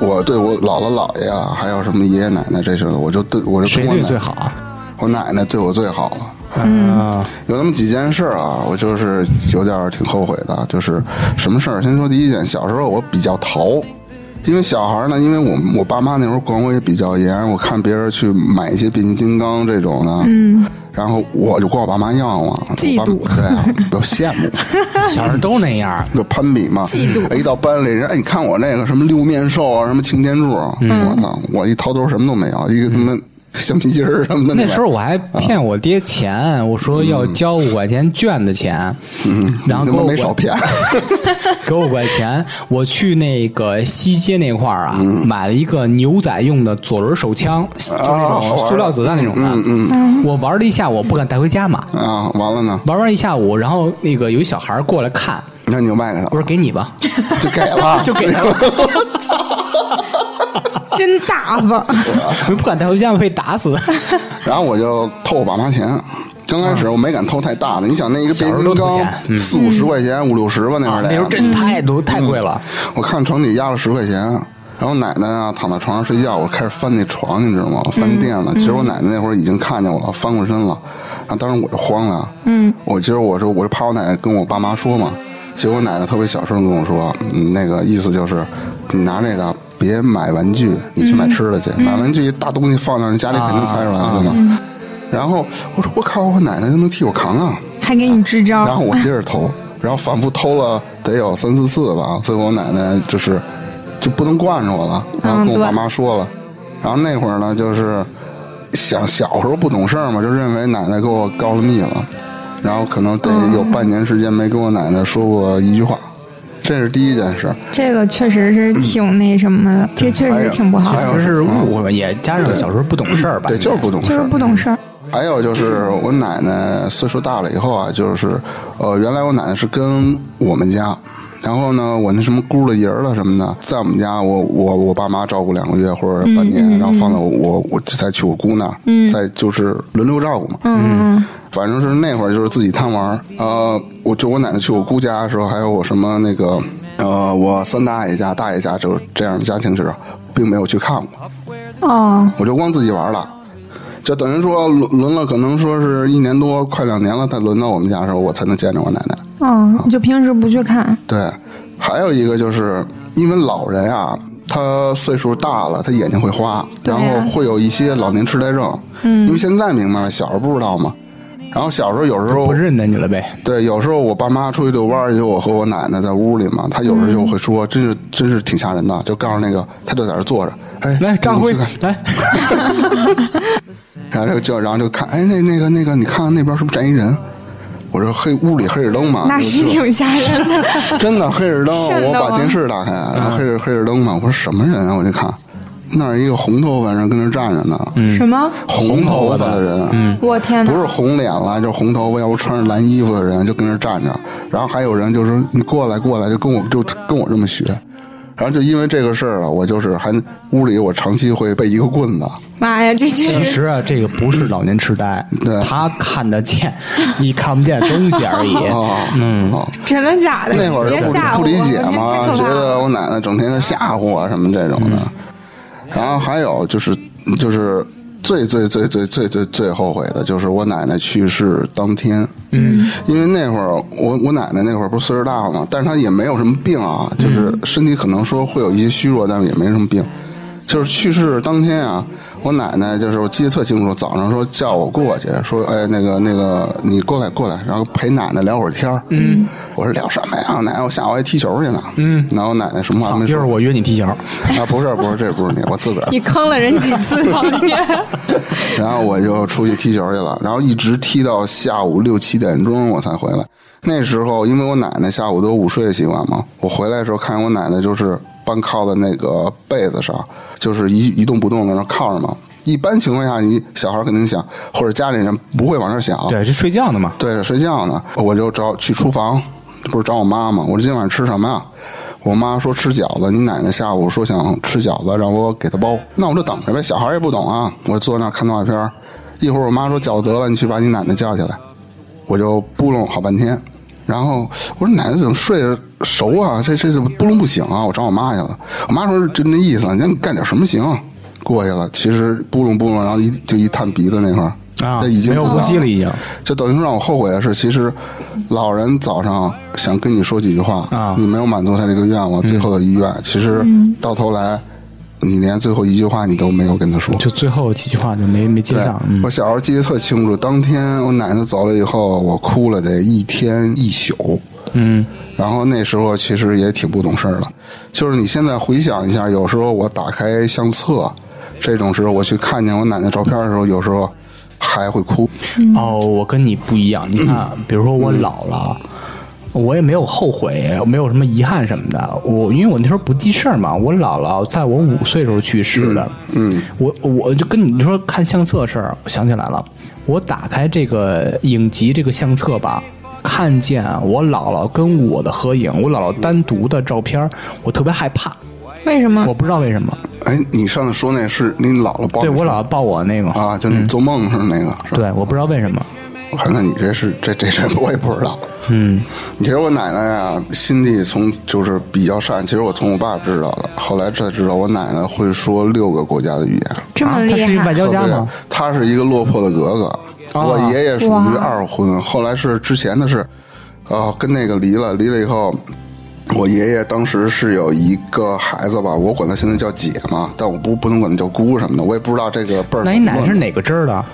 B: 我对我姥姥姥爷啊，还有什么爷爷奶奶这些，我就对我就
C: 谁
B: 跟我
C: 对
B: 奶
C: 你最好啊？
B: 我奶奶对我最好了。
C: 嗯，
B: 有那么几件事儿啊，我就是有点儿挺后悔的，就是什么事儿？先说第一件，小时候我比较淘，因为小孩儿呢，因为我我爸妈那时候管我也比较严，我看别人去买一些变形金刚这种的，嗯，然后我就管我爸妈要嘛，
A: 嫉妒
B: 我爸妈对、啊，比较羡
A: [laughs]
B: 慕，
C: 小时候都那样。
B: [laughs] 就攀比嘛，
A: 嫉妒
B: 哎一到班里人，哎，你看我那个什么六面兽啊，什么擎天柱啊，
A: 嗯
B: 我操，我一掏兜什么都没有，一个他妈橡皮筋儿什嗯么的没有，
C: 那时候我还骗我爹钱，我说要交五块钱券的钱，
B: 嗯
C: 然后
B: 你他
C: 给
B: 妈
C: 我
B: 没少
C: [laughs]
B: 骗。 [laughs]
C: 给我五块钱，我去那个西街那块儿啊，
B: 嗯
C: 买了一个牛仔用的左轮手枪，就是那
B: 啊好玩
C: 种
B: 儿
C: 塑料子弹那种的。嗯嗯，我玩了一下午，我不敢带回家嘛，
B: 啊，完了呢，
C: 玩完一下午，然后那个有一小孩儿过来看，
B: 那你就卖给他
C: 我，说给你吧， [laughs]
B: 就给了，
C: 啊就给他了，
A: 真大方，
C: 我不敢带回家，被打死。
B: [laughs] [laughs] 然后我就偷我爸妈钱。刚开始我没敢偷太大的，你想那一个变
C: 嗯小时
B: 形金
C: 候都偷
B: 刚
C: 钱嗯啊
B: 四五十块钱，五六十吧那会儿
C: 那
B: 得
C: 时候真太多太贵了，
B: 我看床底压了十块钱，然后奶奶啊躺在床上睡觉，我开始翻那床，你知道吗？我翻垫子。其实我奶奶那会儿已经看见我了，翻过身了，然后当时我就慌了。嗯，我其实我说我就怕我奶奶跟我爸妈说嘛，结果我奶奶特别小声地跟我说，嗯那个意思就是你拿这个。别买玩具，你去买吃的去。买玩具一大东西放那儿，你家里肯定猜出来了嘛。然后我说我靠，我奶奶就能替我扛啊。
A: 还给你支招。
B: 然后我接
A: [laughs]
B: 着偷，然后反复偷了得有三四次吧。最后我奶奶就是就不能惯着我了，然后跟我
A: 嗯对
B: 爸妈说了。然后那会儿呢，就是想小时候不懂事儿嘛，就认为奶奶给我告了密了，然后可能得有
A: 嗯
B: 半年时间没跟我奶奶说过一句话。这是第一件事，
A: 这个确实是挺那什么的，这确实挺不好
B: 嗯还有
A: 的，
C: 就是误会吧，也加上小时候不懂事儿吧，
B: 嗯对，就是不懂事
A: 就
B: 儿
A: 是。不懂事儿。
B: 还有就是我奶奶岁数大了以后啊，就是呃，原来我奶奶是跟我们家，然后呢，我那什么姑的爷儿了什么的，在我们家我我我爸妈照顾两个月或者半
A: 嗯
B: 年，然后放到我我再去我姑那儿，再就是轮流照顾嘛。
A: 嗯
B: 反正是那会儿就是自己贪玩儿，呃，我就我奶奶去我姑家的时候，还有我什么那个，呃，我三大爷家、大爷家，就是这样的家庭是，并没有去看过。
A: 嗯，哦，
B: 我就光自己玩了。就等于说轮轮了，可能说是一年多，快两年了，才轮到我们家的时候，我才能见着我奶奶。
A: 哦，你就平时不去看，
B: 对，还有一个就是因为老人啊，他岁数大了，他眼睛会花，
A: 对
B: 然
A: 啊
B: 后会有一些老年痴呆症。嗯，因为现在明白了，小时候不知道嘛。然后小时候有时候
C: 不认得你了呗。
B: 对，有时候我爸妈出去遛弯儿去，我和我奶奶在屋里嘛，她有时候就
A: 嗯
B: 会说，真是真是挺吓人的，就告诉那个，她就在那儿坐着，哎，
C: 来，张
B: 你
C: 辉
B: 去看，
C: 来， [laughs]
B: 然后就就然后就看，哎，那那个那个，你看看那边是不是站一人？我说黑屋里黑着灯嘛，
A: 那
B: 就是就
A: 挺吓
B: [laughs]
A: 人的。
B: 真的黑着灯，
A: [laughs] 瘆得
B: 我把
A: 慌
B: 电视打开，然后黑着黑着灯嘛，我说什么人啊？我就看那儿一个红头发人跟那儿站着呢，
A: 什么？
B: 嗯红头发的人，嗯。
A: 我天哪！
B: 不是红脸了，就是红头发，要不穿着蓝衣服的人就跟那儿站着，然后还有人就说你过来过来，就跟我就跟我这么学，然后就因为这个事儿啊，我就是还屋里我长期会被一个棍子，
A: 妈呀，这确
C: 其
A: 实
C: 实啊，这个不是老年痴呆
B: 对，
C: 他看得见，你看不见东西
B: [laughs]
C: 而已。
B: 哦，嗯，哦、
A: 真的假的？
B: [laughs] 那会儿就
A: 别
B: 不
A: 吓我，
B: 不理
A: [laughs]
B: 解嘛，
A: 我嗯
B: 觉
A: 觉得
B: 得我奶奶整天就吓唬我什么这种的。然后还有就是就是最最最最最最最后悔的就是我奶奶去世当天，嗯，因为那会儿我我奶奶那会儿不是岁数大了嘛，但是她也没有什么病啊，就是身体可能说会有一些虚弱，但是也没什么病。就是去世当天啊，我奶奶就是我记得特清楚，早上说叫我过去，说哎那个那个你过来过来，然后陪奶奶聊会儿天儿。嗯，我说聊什么呀？奶奶，我下午还踢球去呢。嗯，然后我奶奶什么话都
C: 操
B: 没
C: 一会
B: 说
C: 儿。我约你踢
B: [laughs]
C: 球，
B: 啊，不是不是，这不是你，我自个儿。
A: 你坑了人几次，老爹？
B: [laughs] 然后我就出去踢球去了，然后一直踢到下午六七点钟我才回来。那时候因为我奶奶下午都有午睡的习惯嘛，我回来的时候看见我奶奶就是半靠在那个被子上，就是一一动不动在那靠着嘛。一般情况下，你小孩肯定想，或者家里人不会往那儿想，
C: 对，这睡觉呢嘛。
B: 对，睡觉呢。我就找去厨房不是找我妈吗？我说今晚吃什么呀？我妈说吃饺子，你奶奶下午说想吃饺子，让我给她包。那我就等着呗，小孩也不懂啊。我坐那儿看动画片儿，一会儿我妈说饺子得了，你去把你奶奶叫起来。我就扑弄好半天，然后我说奶奶怎么睡着熟啊？这这怎么扑弄不醒啊？我找我妈去了，我妈说就那意思，你让你干点什么行、啊过去了，其实扑弄扑弄，然后一就一探鼻子那块儿，
C: 啊
B: 这已经
C: 没有
B: 不在
C: 呼吸了已经
B: 这等于说让我后悔的是，其实老人早上想跟你说几句话，
C: 啊嗯
B: 你没有满足他这个愿望，最后的遗愿，其实到头来，你连最后一句话你都没有跟他说。
C: 就最后几句话就没没接
B: 对
C: 上，，嗯
B: 我小时候记得特清楚，当天我奶奶走了以后，我哭了得一天一宿。
C: 嗯，
B: 然后那时候其实也挺不懂事儿的，就是你现在回想一下，有时候我打开相册，这种时候我去看见我奶奶照片的时候，有时候还会哭。
C: 哦，我跟你不一样。你看，
B: 嗯
C: 比如说我老了，我也没有后悔，没有什么遗憾什么的。我因为我那时候不记事儿嘛，我姥姥在我五岁时候去世的。嗯，我我就跟你说看相册事儿，我想起来了，我打开这个影集这个相册吧。看见我姥姥跟我的合影，我姥姥单独的照片儿，我特别害怕，
A: 为什么
C: [laughs] 我？不知道为什么。
B: 哎，你上次说那是你姥姥帮你
C: 对我
B: 说
C: 姥姥抱我那个，
B: 啊，就你做梦是那个，是吧
C: 对，我不知道为什么。
B: 我看看你这是这这事儿我也不
C: [laughs]
B: 知道。嗯，其实我奶奶呀，心地从就是比较善，其实我从我爸知道的，后来才知道我奶奶会说六个国家的语言。
A: 这么厉
C: 啊他是
A: 害
C: 外？交家
B: 特别
C: 吗？
B: 他是一个落魄的格格，
C: 啊
B: 我爷爷属于
A: 哇
B: 二婚，后来是之前的是，呃，跟那个离了，离了以后。我爷爷当时是有一个孩子吧，我管他现在叫姐嘛，但我不不能管他叫姑什么的，我也不知道这个辈儿怎么
C: 那
B: 问。
C: 你奶奶是哪个支儿的？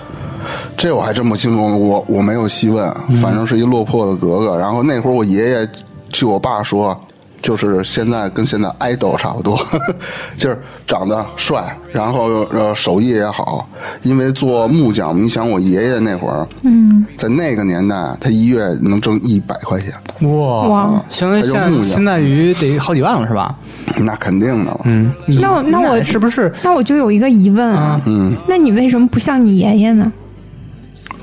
B: 这我还真不清楚，我我没有细问，反正是一落魄的格格。然后那会儿我爷爷，据我爸说，就是现在跟现在 idol 差不多， [laughs] 就是长得帅，然后呃手艺也好，因为做木匠，你想我爷爷那会儿，嗯，在那个年代，他一月能挣一百块钱，
C: 哇
A: 哇
C: 相当于
B: 还
C: 现
B: 用木
C: 在
B: 匠
C: 现在于得好几万了是吧？
B: 那肯定的了。
C: 嗯，你
A: 那我那
C: 你奶
A: 我
C: 奶是不是
A: 那我就有一个疑问啊，嗯，那你为什么不像你爷爷呢？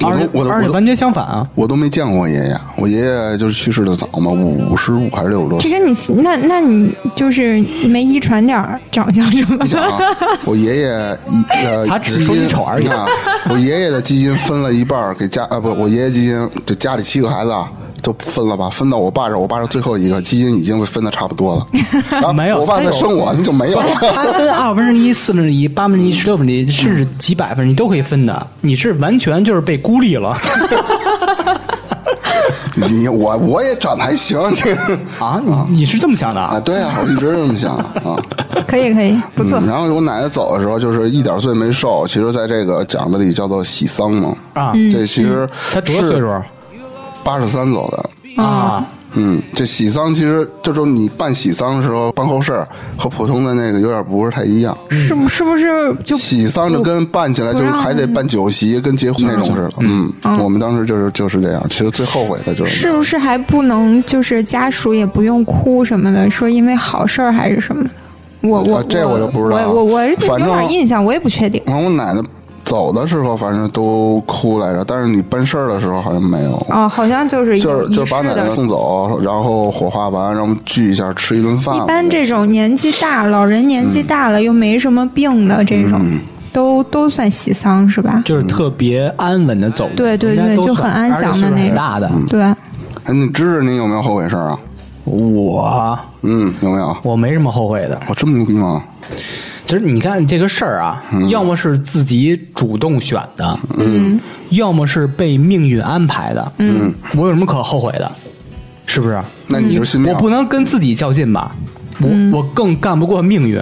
B: 我
C: 而
B: 都我都
C: 而
B: 我
C: 且
B: 都
C: 完全相
A: [laughs]
C: 反啊？
B: 我都没见过我爷爷，我爷爷就是去世的早嘛，五十五还是六十多
A: 这
B: 岁。
A: 跟你那那你就是没遗传点儿长相什么
B: 你想
A: 的？
B: 啊，我爷爷一呃，
C: 他只是说
B: 基因
C: 你丑而已
B: 看啊，我爷爷的基因分了一半儿给家啊，不，我爷爷基因就家里七个孩子啊，都分了吧，分到我爸这儿，我爸是最后一个，基因已经被分的差不多了。
C: [laughs]
B: 然后
C: 没有
B: 我爸
C: 他
B: 再
C: 有
B: 生我，那就没
C: [laughs]
B: 有了。
C: 它分二分之一、四分之一、八分之一、十六分之一，甚至几百分，你都可以分的。你是完全就是被孤
B: [laughs]
C: 立了
B: 你我我也长得还行，
C: [laughs]
B: 这个
C: 啊！你你是这么想的
B: 啊，
C: 啊？
B: 对啊，我一直这么想啊。
A: 可以可以，不错
B: 嗯。然后我奶奶走的时候，就是一点罪没受。其实，在这个讲的里叫做喜丧嘛。
C: 啊
B: 这其实
C: 他多大岁数？
B: 八十三走的。
C: 啊？
B: 嗯，这喜丧其实就是你办喜丧的时候办后事儿和普通的那个有点不是太一样。
A: 是不是不是就
B: 喜丧就跟办起来就是还得办酒席，跟结婚那种似的。嗯，我们当时就是就是这样。其实最后悔的就是
A: 是不是还不能就是家属也不用哭什么的，说因为好事儿还是什么的？我我、
B: 啊这我
A: 我
B: 就不知道了
A: 我我我是有
B: 反正
A: 点印象，我也不确定。
B: 然后我奶奶走的时候，反正都哭来着，但是你办事儿的时候好像没有。
A: 哦，好像就是有
B: 就是
A: 仪
B: 就
A: 式
B: 把奶奶
A: 的。
B: 送走，然后火化完，让我们聚一下，吃一顿饭。
A: 一般这种年纪大，老人年
B: 嗯
A: 纪大了、又没什么病的这种，都都算喜丧是吧？
C: 就是特别安稳的走路，
A: 对对
C: 应该
A: 对
C: 都
A: 就
C: 算
A: 很安
C: 而且
A: 详的
C: 岁数
A: 那
C: 很
A: 种
C: 大的。
A: 对，
B: 哎，你知识你有没有后悔事儿啊？
C: 我
B: 嗯，有没有？
C: 我没什么后悔的，
B: 我这么牛逼吗？
C: 就是你看这个事儿啊，
B: 嗯
C: 要么是自己主动选的，嗯，要么是被命运安排的，嗯，我有什么可后悔的？是不是？
B: 那你
A: 嗯
B: 就信
C: 我
B: 教。
C: 不能跟自己较劲吧？我、我更干不过命运，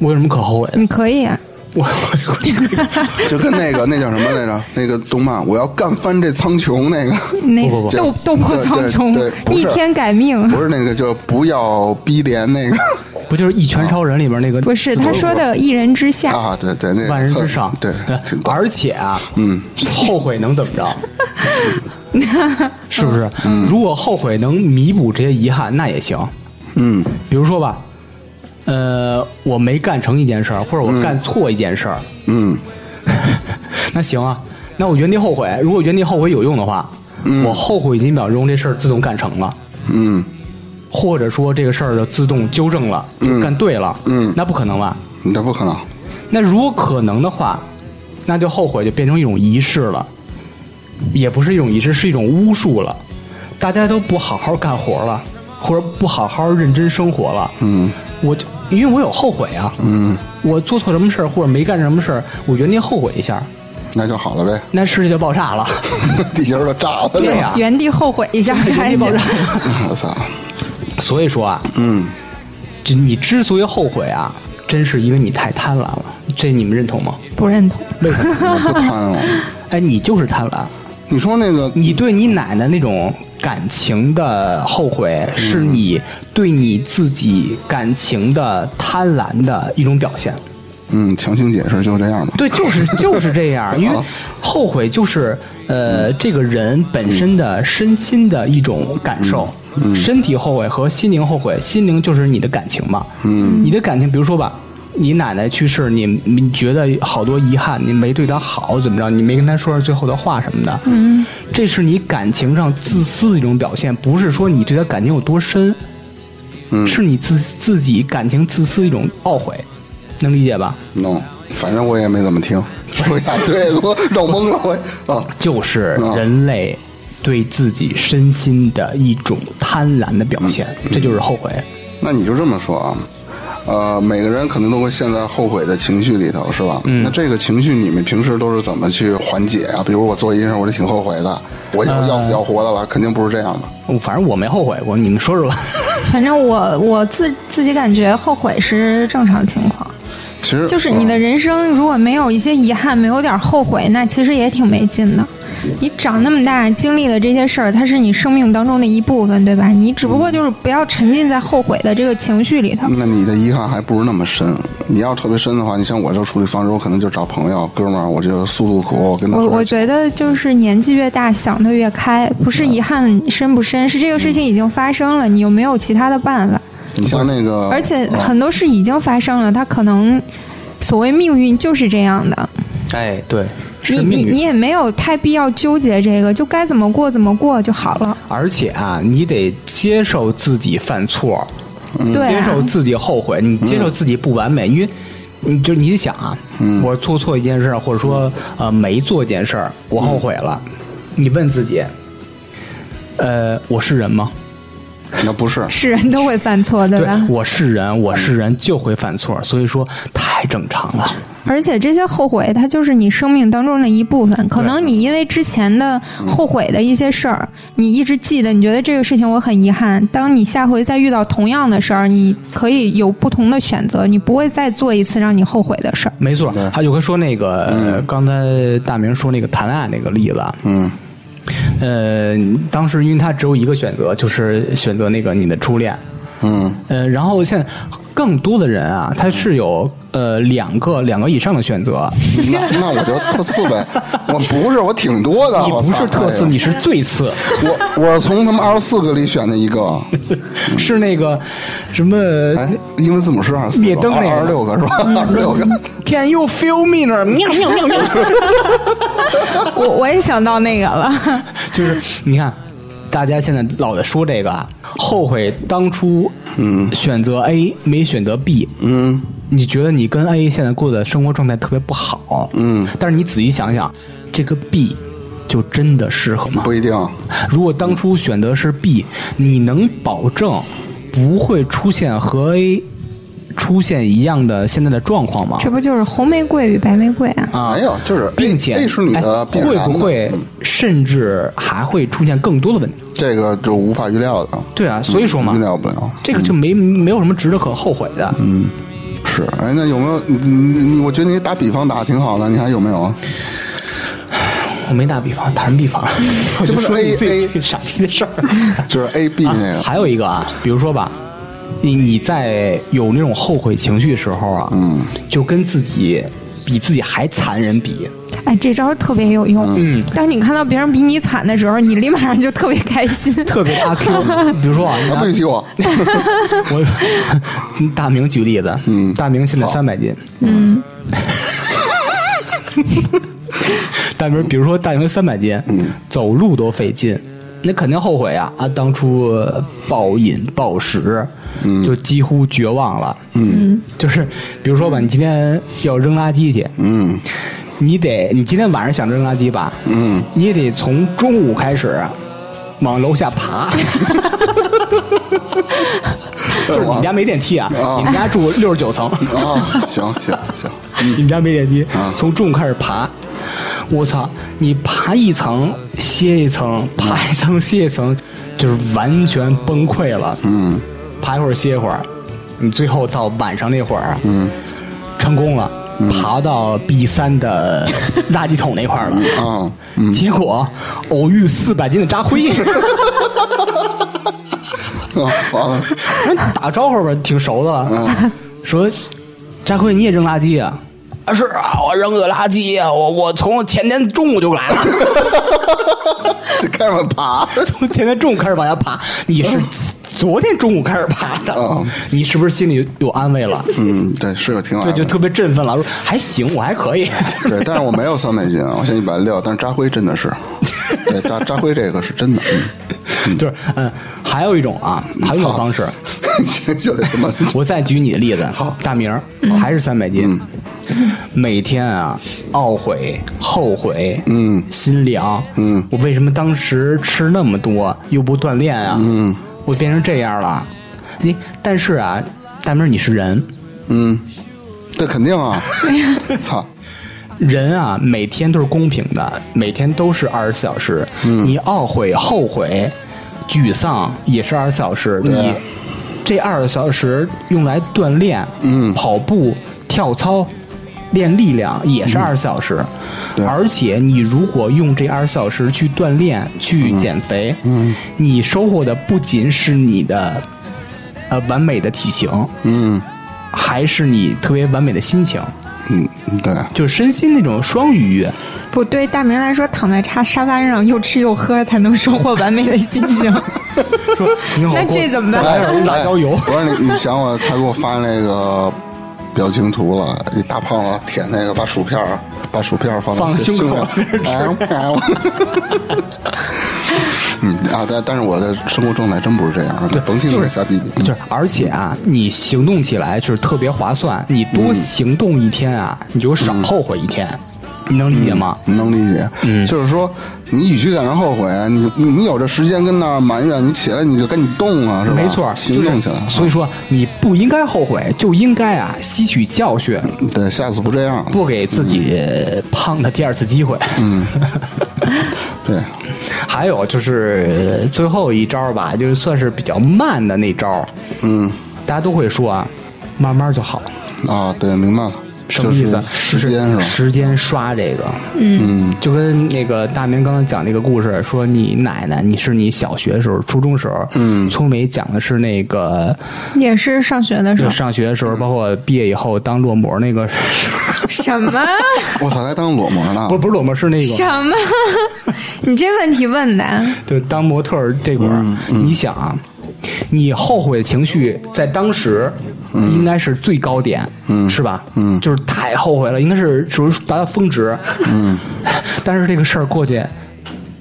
C: 我有什么可后悔的？ [laughs]
A: 你可以。
C: 我我
B: 就跟那个那叫什么来着？那个动漫，我要干翻这苍穹那个，
A: 那
C: 不不不
A: 斗斗破苍穹
B: 对对对，不
A: 逆
B: 是
A: 天改命。
B: 不是那个，就不要逼脸那个
C: 我不就是《一拳超人》里边那个
A: 不是，他说的“一人之下”，
B: 啊，对对，那个
C: 万人
B: 特
C: 之上？
B: 对，挺逗
C: 而且啊，嗯，后悔能怎么
A: [laughs]
C: 着？是不是？
A: 嗯
C: 如果后悔能弥补这些遗憾，那也行。
B: 嗯，
C: 比如说吧，呃，我没干成一件事儿，或者我干错一件事儿，
B: 嗯，
C: 那行啊，那我原地后悔。如果原地后悔有用的话，我后悔几秒钟，这事儿自动干成了。
B: 嗯，
C: 或者说这个事儿就自动纠正了，就干对了，
B: 嗯
C: 那不可能吧？
B: 那不可能。
C: 那如果可能的话，那就后悔就变成一种仪式了，也不是一种仪式，是一种巫术了。大家都不好好干活了，或者不好好认真生活了。嗯，我就因为我有后悔啊。嗯，我做错什么事儿或者没干什么事儿，我原地后悔一下，
B: 那就好了呗， [laughs]
C: 那世界就爆 [laughs] 炸了。
B: 地球都炸了。
C: 对
A: 嗯
C: 呀、
E: 原地后悔一下，开
C: 原地爆。
E: 心
C: 炸。
B: 我操，
C: 所以说啊，
B: 嗯，
C: 这你之所以后悔啊，真是因为你太贪婪了。这你们认 [laughs] 同吗？
E: 不认同，
C: 为什么？
B: 我不贪了。
C: 哎，你就是贪婪。
B: 你说那个，
C: 你对你奶奶那种感情的后悔，是你对你自己感情的贪婪的一种表现。
B: 嗯，强行解释就这样吧。
C: 对，就是就是这样，因为
B: 好
C: 后悔就是呃，这个人本身的身心的一种感受。身体后悔和心灵后悔，心灵就是你的感情嘛。嗯，你的感情，比如说吧，你奶奶去世，你你觉得好多遗憾，你没对她好，怎么着，你没跟她说上最后的话什么的。嗯，这是你感情上自私的一种表现，不是说你对她感情有多深，是你自自己感情自私的一种懊悔，能理解吧？
B: no，反正我也没怎么听。说呀，对， [laughs] 给我绕懵了我啊。
C: 就是人类对自己身心的一种贪婪的表现，这就是后悔。
B: 那你就这么说啊，呃，每个人可能都会陷在后悔的情绪里头，是吧？嗯。那这个情绪你们平时都是怎么去缓解啊？比如我做一件事，我就挺后悔的，我
C: 呃
B: 要要死要活的了，肯定不是这样的。
C: 我反正我没后悔过，你们说说吧。
E: 反正我我自自己感觉后悔是正常情况，
B: 其实
E: 就是你的人生如果没有一些遗憾，没有点后悔，那其实也挺没劲的。你长那么大经历了这些事儿，它是你生命当中的一部分，对吧？你只不过就是不要沉浸在后悔的这个情绪里头。
B: 呃那你的遗憾还不如那么深。你要特别深的话，你像我这处理方式，我可能就找朋友、哥们儿，我就诉诉苦，我跟他
E: 我
B: 说
E: 我
B: 一下
E: 觉得就是年纪越大，想得越开，不是遗憾深不深，是这个事情已经发生了，你有没有其他的办法？
B: 你像那个，啊
E: 而且很多事已经发生了，它可能所谓命运就是这样的，
C: 哎，对，[laughs]
E: 你
C: 是
E: 你
C: 命
E: 你
C: 运。
E: 也没有太必要纠结这个，就该怎么过怎么过就好了。
C: 而且啊，你得接受自己犯错，
E: 对啊
C: 接受自己后悔，你接受自己不完美，因为你就你想啊，我做错一件事儿，或者说呃没做一件事儿，我后悔了。你问自己，呃，我是人吗？
B: 那不是，
E: 是人都会犯错，对吧？
C: 我是
B: 嗯
C: 人，我是人就会犯错，所以说太正常了。
E: 而且这些后悔，它就是你生命当中的一部分。可能你因为之前的后悔的一些事儿，你一直记得，你觉得这个事情我很遗憾。当你下回再遇到同样的事儿，你可以有不同的选择，你不会再做一次让你后悔的事儿。
C: 没错，他就跟说那个、呃刚才大明说那个谈恋爱那个例子，啊
B: 嗯，
C: 呃，当时因为他只有一个选择，就是选择那个你的初恋，
B: 嗯，
C: 呃，然后现在更多的人啊，他是有呃两个两个以上的选择，
B: 那那我就特次呗。我不是，我挺多的。
C: [laughs] 你
B: 我
C: 不
B: 操
C: 是特次，
B: 哎呀
C: 你是最次。
B: 我我从他们二十四个里选的一个，
C: 是那个什么
B: 嗯哎，英文字母是二十四
C: 灭灯那个嗯
B: 二十六个是吧？二十六个，
C: ？Can you feel me 那儿喵喵喵喵，
E: 我我也想到那个了，
C: 就是你看，大家现在老在说这个啊，后悔当初嗯选择 A 没选择 B，嗯，你觉得你跟 A 现在过的生活状态特别不好，嗯，但是你仔细想想，这个 B 就真的适合吗？
B: 不一定。
C: 如果当初选择是 B，你能保证不会出现和 A 出现一样的现在的状况吗？
E: 这不就是红玫瑰与白玫瑰啊？
C: 啊，
B: 没有就是哎
C: 并且
B: 哎是你的
C: 哎
B: 必然
C: 会
B: 的
C: 不会
B: 嗯
C: 甚至还会出现更多的问题？
B: 这个就无法预料的。
C: 对啊，所以说嘛，
B: 预料不了。
C: 这个就没没有什么值得可后悔的。嗯，
B: 是，哎，那有没有你你你？我觉得你打比方打的挺好的，你还有没有 [laughs] 啊？
C: 我没打比方，打什么比方？ [laughs]
B: 这
C: 我嗯就
B: 不是
C: 说
B: A-
C: 你最
B: A-
C: 最傻逼的事儿。
B: 就是 A B 那个，
C: [laughs] 还有一个啊，比如说吧，你你在有那种后悔情绪的时候啊，嗯，就跟自己比自己还残忍比，
E: 哎，这招特别有用。 [laughs]
C: 嗯，
E: 当你看到别人比你惨的时候，你立
A: [laughs]
E: 马上就特别开心。 [laughs]
C: 特别阿 Q。比如说啊，你
B: 啊，
C: 拿
B: 对不起
C: [laughs]
B: 我，
C: 我 [laughs] 大明举例子，嗯，大明现在三百斤，嗯， [laughs] 大明比如说大明三百斤，嗯，走路都费劲，那肯定后悔啊！啊，当初呃暴饮暴食，嗯，就几乎绝望了，嗯，就是比如说吧，你今天要扔垃圾去，
B: 嗯，
C: 你得你今天晚上想扔垃圾吧，嗯，你也得从中午开始啊往楼下 [laughs] 爬，就是你
B: [laughs]
C: 们家没电梯啊，你们家住六十九层，
B: 啊，行行行，
C: [laughs] 你们家没电梯，从中午开始爬。我操！你爬一层歇一层，爬一层歇一层，就是完全崩溃了。嗯，爬一会儿歇一会儿，你最后到晚上那会儿，嗯，成功了，爬到 B 三的垃圾桶那块儿了。
B: [laughs] 啊，
C: 结果偶遇四百斤的扎辉，
B: 啊完了，
C: 打个招呼吧，挺熟的了。说扎辉你也扔垃圾啊？啊是啊，我扔个垃圾啊，我我从前天中午就来了。 [laughs]
B: 得开始爬，
C: 啊从前天中午开始往下爬，你是昨天中午开始爬的，
B: 嗯
C: 你是不是心里有安慰了？
B: 嗯，对，是有挺好
C: 对，
B: 的，
C: 就特别振奋了，说还行，我还可以。
B: [laughs] 对，但是我没有三百斤，啊我现在一百六，但是扎辉真的
C: [laughs]
B: 是，对，扎扎辉这个是真的，
C: [laughs] 就是嗯，还有一种啊，还有一种方式，
B: 嗯， [laughs] 就得这么，
C: [laughs] 我再举你的例子，大明儿还是三百斤，每天啊懊悔、后悔，嗯，心凉，嗯，我为什么当时吃那么多又不锻炼啊？嗯，我变成这样了。你但是啊，大明儿你是人，
B: 这肯定啊，操，
C: 人啊，每天都是公平的，每天都是二十四小时。你懊悔、后悔、沮丧也是二十四小时。你这二十小时用来锻炼，嗯，跑步、跳操、练力量也是二十四小时。
B: 对
C: 而且你如果用这二十四小时去锻炼、去减肥，嗯，你收获的不仅是你的呃完美的体型，
B: 嗯
C: 还是你特别完美的心情，
B: 嗯，对，
C: 就是身心那种双愉悦。
A: 不对，大明来说，躺在沙沙发上又吃又喝才能收获完美的心
B: [laughs]
A: 情。
C: 你好
A: 那
C: 过
A: 这怎么办
C: 再来点辣椒油
B: 哎我说你，你想我，他给我发那个表情图了，一大胖子舔那个，把薯片儿，把薯片儿放
C: 放
B: 在
C: 胸口
B: 上哎我哎我
C: [laughs]
B: 嗯啊，但但是我的生活状态真不是这样，甭听
C: 就
B: 这
C: 是
B: 瞎逼嗯逼。
C: 就是，而且啊，你行动起来就是特别划算，你多行动一天啊，你就少后悔一天，你能理解吗？
B: 能理解，
C: 嗯
B: 就是说，你与其在那儿后悔，你你你有这时间跟那儿埋怨，你起来你就赶紧动啊，是吧？
C: 没错，
B: 行动起来。
C: 就是所以说，你不应该后悔，就应该啊吸取教训，
B: 对，下次不这样了。
C: 不给自己胖的第二次机会。嗯，
B: 对，
C: 还有就是呃最后一招吧，就是算是比较慢的那招。嗯，大家都会说啊，慢慢就好。
B: 啊，对，明白了，
C: 什么意思啊？
B: 就是
C: 就
B: 时间是吧？
C: 时间刷这个，嗯，就跟那个大明刚刚讲那个故事，说你奶奶，你是你小学时候、初中时候，嗯，聪梅讲的是那个
A: 也是上学的时
C: 就
B: 嗯
A: 候，
C: 上学的时候，包括毕业以后当落模那个， [laughs]
A: 什么
B: 我操，还当裸模呢？
C: 不是不是落模，是那
A: 什
C: 个
A: 么？ [laughs] 你这问题问的啊，
C: 就当模特儿这块儿，你想啊，你后悔的情绪在当时应该是最高点，嗯，是吧？嗯，就是太后悔了，应该是属于达到峰值。嗯， [laughs] 但是这个事儿过去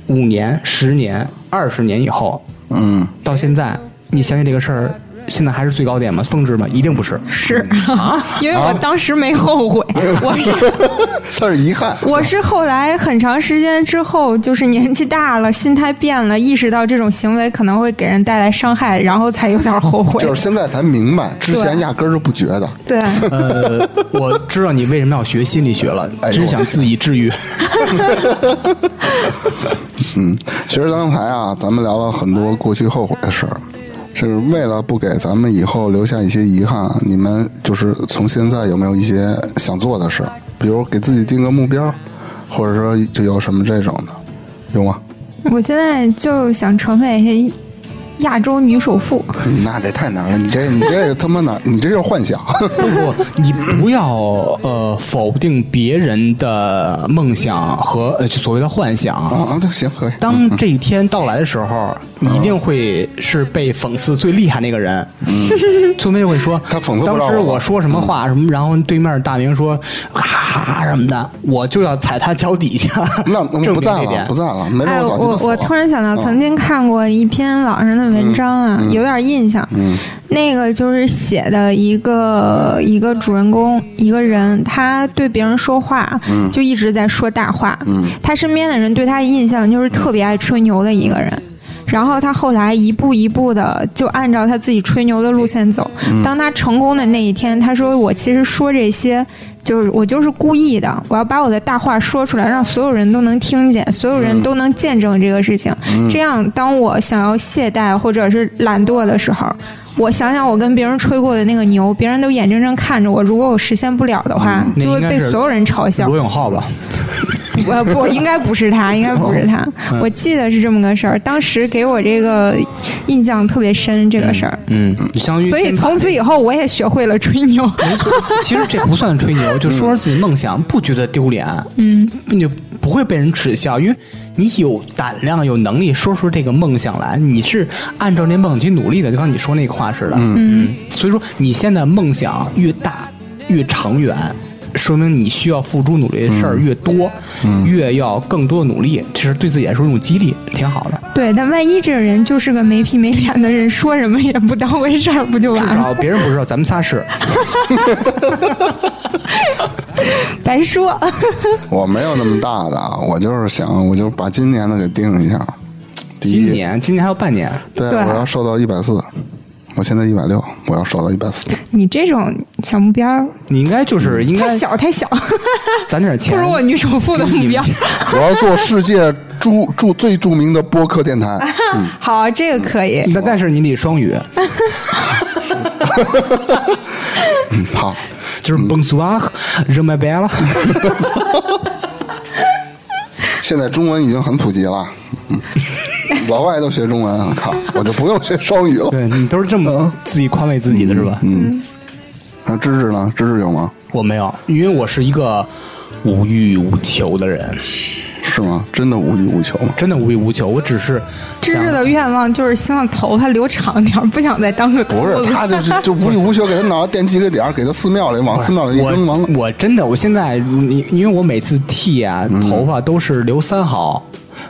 C: 五年、十年、二十年以后，
B: 嗯，
C: 到现在，你想想这个事儿，现在还是最高点吗？峰值吗？一定不是。
A: 是
B: 啊
A: [laughs] 因为我当时没后悔，我是
B: [laughs] 但是遗憾，
A: 我是后来很长时间之后，就是年纪大了，心态变了，意识到这种行为可能会给人带来伤害，然后才有点后悔。
B: 就是现在才明白，之前压根儿就不觉得。
A: [laughs] 对，
C: 呃，我知道你为什么要学心理学了，
B: 哎呦
C: 真想自己治愈。
B: 嗯，其实刚才啊，咱们聊了很多过去后悔的事儿，是为了不给咱们以后留下一些遗憾。你们就是从现在有没有一些想做的事儿，比如给自己定个目标，或者说就有什么这种的，有吗？
A: 我现在就想成为
E: 亚洲女首富。
B: [laughs] 那这太难了，你这你这他妈哪？你这就是幻想。 [laughs]
C: 不不，你不要呃否定别人的梦想和呃就所谓的幻想。
B: 啊，那行可以。
C: 当这一天到来的时候，你一定会是被讽刺最厉害那个人。村妹会说，
B: 嗯 [laughs] 他讽刺不
C: 当
B: 了
C: 时
B: 我嗯
C: 我说什么话什么，然后对面大明说啊什么的，我就要踩他脚底下。
B: 那不
C: 证明
B: 在
C: 这
B: 了，
C: 点
B: 不在了，没准
E: 哎，
B: 我早鸡巴
E: 我
B: 死了。
E: 我突然想到，
B: 嗯
E: 曾经看过一篇网上的文章啊，有点印象。
B: 嗯
E: 那个就是写的一个一个主人公，一个人，他对别人说话，
B: 嗯
E: 就一直在说大话。他身边的人对他的印象就是特别爱吹牛的一个人。然后他后来一步一步的就按照他自己吹牛的路线走。
C: 嗯
E: 当他成功的那一天，他说：“我其实说这些，就是我就是故意的，我要把我的大话说出来，让所有人都能听见，所有
C: 嗯
E: 人都能见证这个事情。这样，当我想要懈怠或者是懒惰的时候，我想想我跟别人吹过的那个牛，别人都眼睁睁看着我，如果我实现不了的话，
C: 那
E: 就会
C: 嗯应该
E: 被
C: 是
E: 所有人嘲笑。
C: 罗永浩吧，
E: [laughs] 呃，不，应该不是他，应该不是他。
C: 哦
E: 我记得是这么个事儿，当时给我这个印象特别深，这个事儿。
C: 嗯，相当于
E: 所以
C: 先把
E: 从此以后，我也学会了吹牛。 [laughs]
C: 其实这不算吹牛，就说说自己梦想，不觉得丢脸，嗯，你就不会被人耻笑，因为你有胆量、有能力说出这个梦想来，你是按照那梦想去努力的，就像你说那个话似的，嗯，所以说你现在梦想越大越长远。说明你需要付出努力的事儿越多，越要更多的努力，其实对自己来说是一种激励，挺好的。
E: 对，但万一这个人就是个没皮没脸的人，说什么也不当回事儿，不就完
C: 至
E: 了？
C: 少别人不知道，咱们仨是。
E: 白说。 [laughs]
B: 我没有那么大的，我就是想，我就把今年的给定一下。第一
C: 今，年，今年还有半年，
B: 对，啊
E: 对
B: 我要瘦到一百四，我现在一百六，我要瘦到一百四。
E: 你这种小目标儿
C: 你应该就是应
E: 嗯太
C: 该
E: 小太小，
C: 攒点钱。
E: 不如我女首富的目标。
B: 我要做世界著著最著名的播客电台。
E: 好，这个可以。
C: 但但是你得双语，
B: 嗯，好，
C: [laughs] 就是 bonsoir，热麦白了。
B: 现在中文已经很普及了，嗯，老外都学中文，我靠，我就不用学双语了。
C: 对你都是这么自己宽慰自己的是吧？
B: 那芝芝呢？芝芝有吗？
C: 我没有，因为我是一个无欲无求的人，
B: 是吗？真的无欲无求吗？
C: 真的无欲无求。我只是
E: 芝
C: 想
E: 芝的愿望就是希望头发留长点儿，不想再当个秃
B: 不是，
E: 子。
B: 他就是就无欲无求，给他脑袋垫几个点儿，给他寺庙里往寺庙里一扔，完了
C: 我。我真的，我现在你因为我每次剃啊，头发都是留三毫，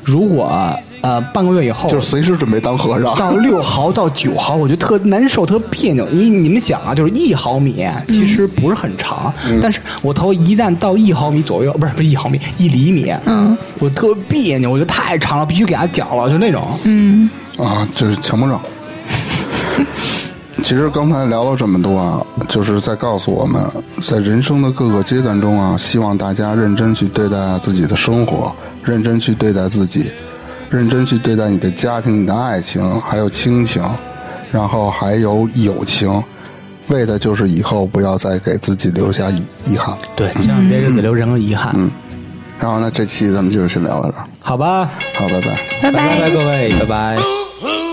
C: 如果呃半个月以后
B: 就是随时准备当和尚。
C: [laughs] 到六毫到九毫，我觉得特难受，特别扭。你你们想啊，就是一毫米其实不是很长，但是我头一旦到一毫米左右，不是不是一毫米，一厘米，嗯，我特别扭，我觉得太长了，必须给它绞了，就那种。嗯，
B: 啊，就是强迫症。其实刚才聊了这么多啊，就是在告诉我们，在人生的各个阶段中啊，希望大家认真去对待自己的生活，认真去对待自己，认真去对待你的家庭、你的爱情，还有亲情，然后还有友情，为的就是以后不要再给自己留下遗遗憾。
C: 对，千万别日子留任何遗憾。嗯，
B: 然后呢，这期咱们就先聊到这儿，
C: 好吧，
B: 好，拜拜。
E: 拜
C: 拜拜各位，拜拜。
D: Ooh, ooh.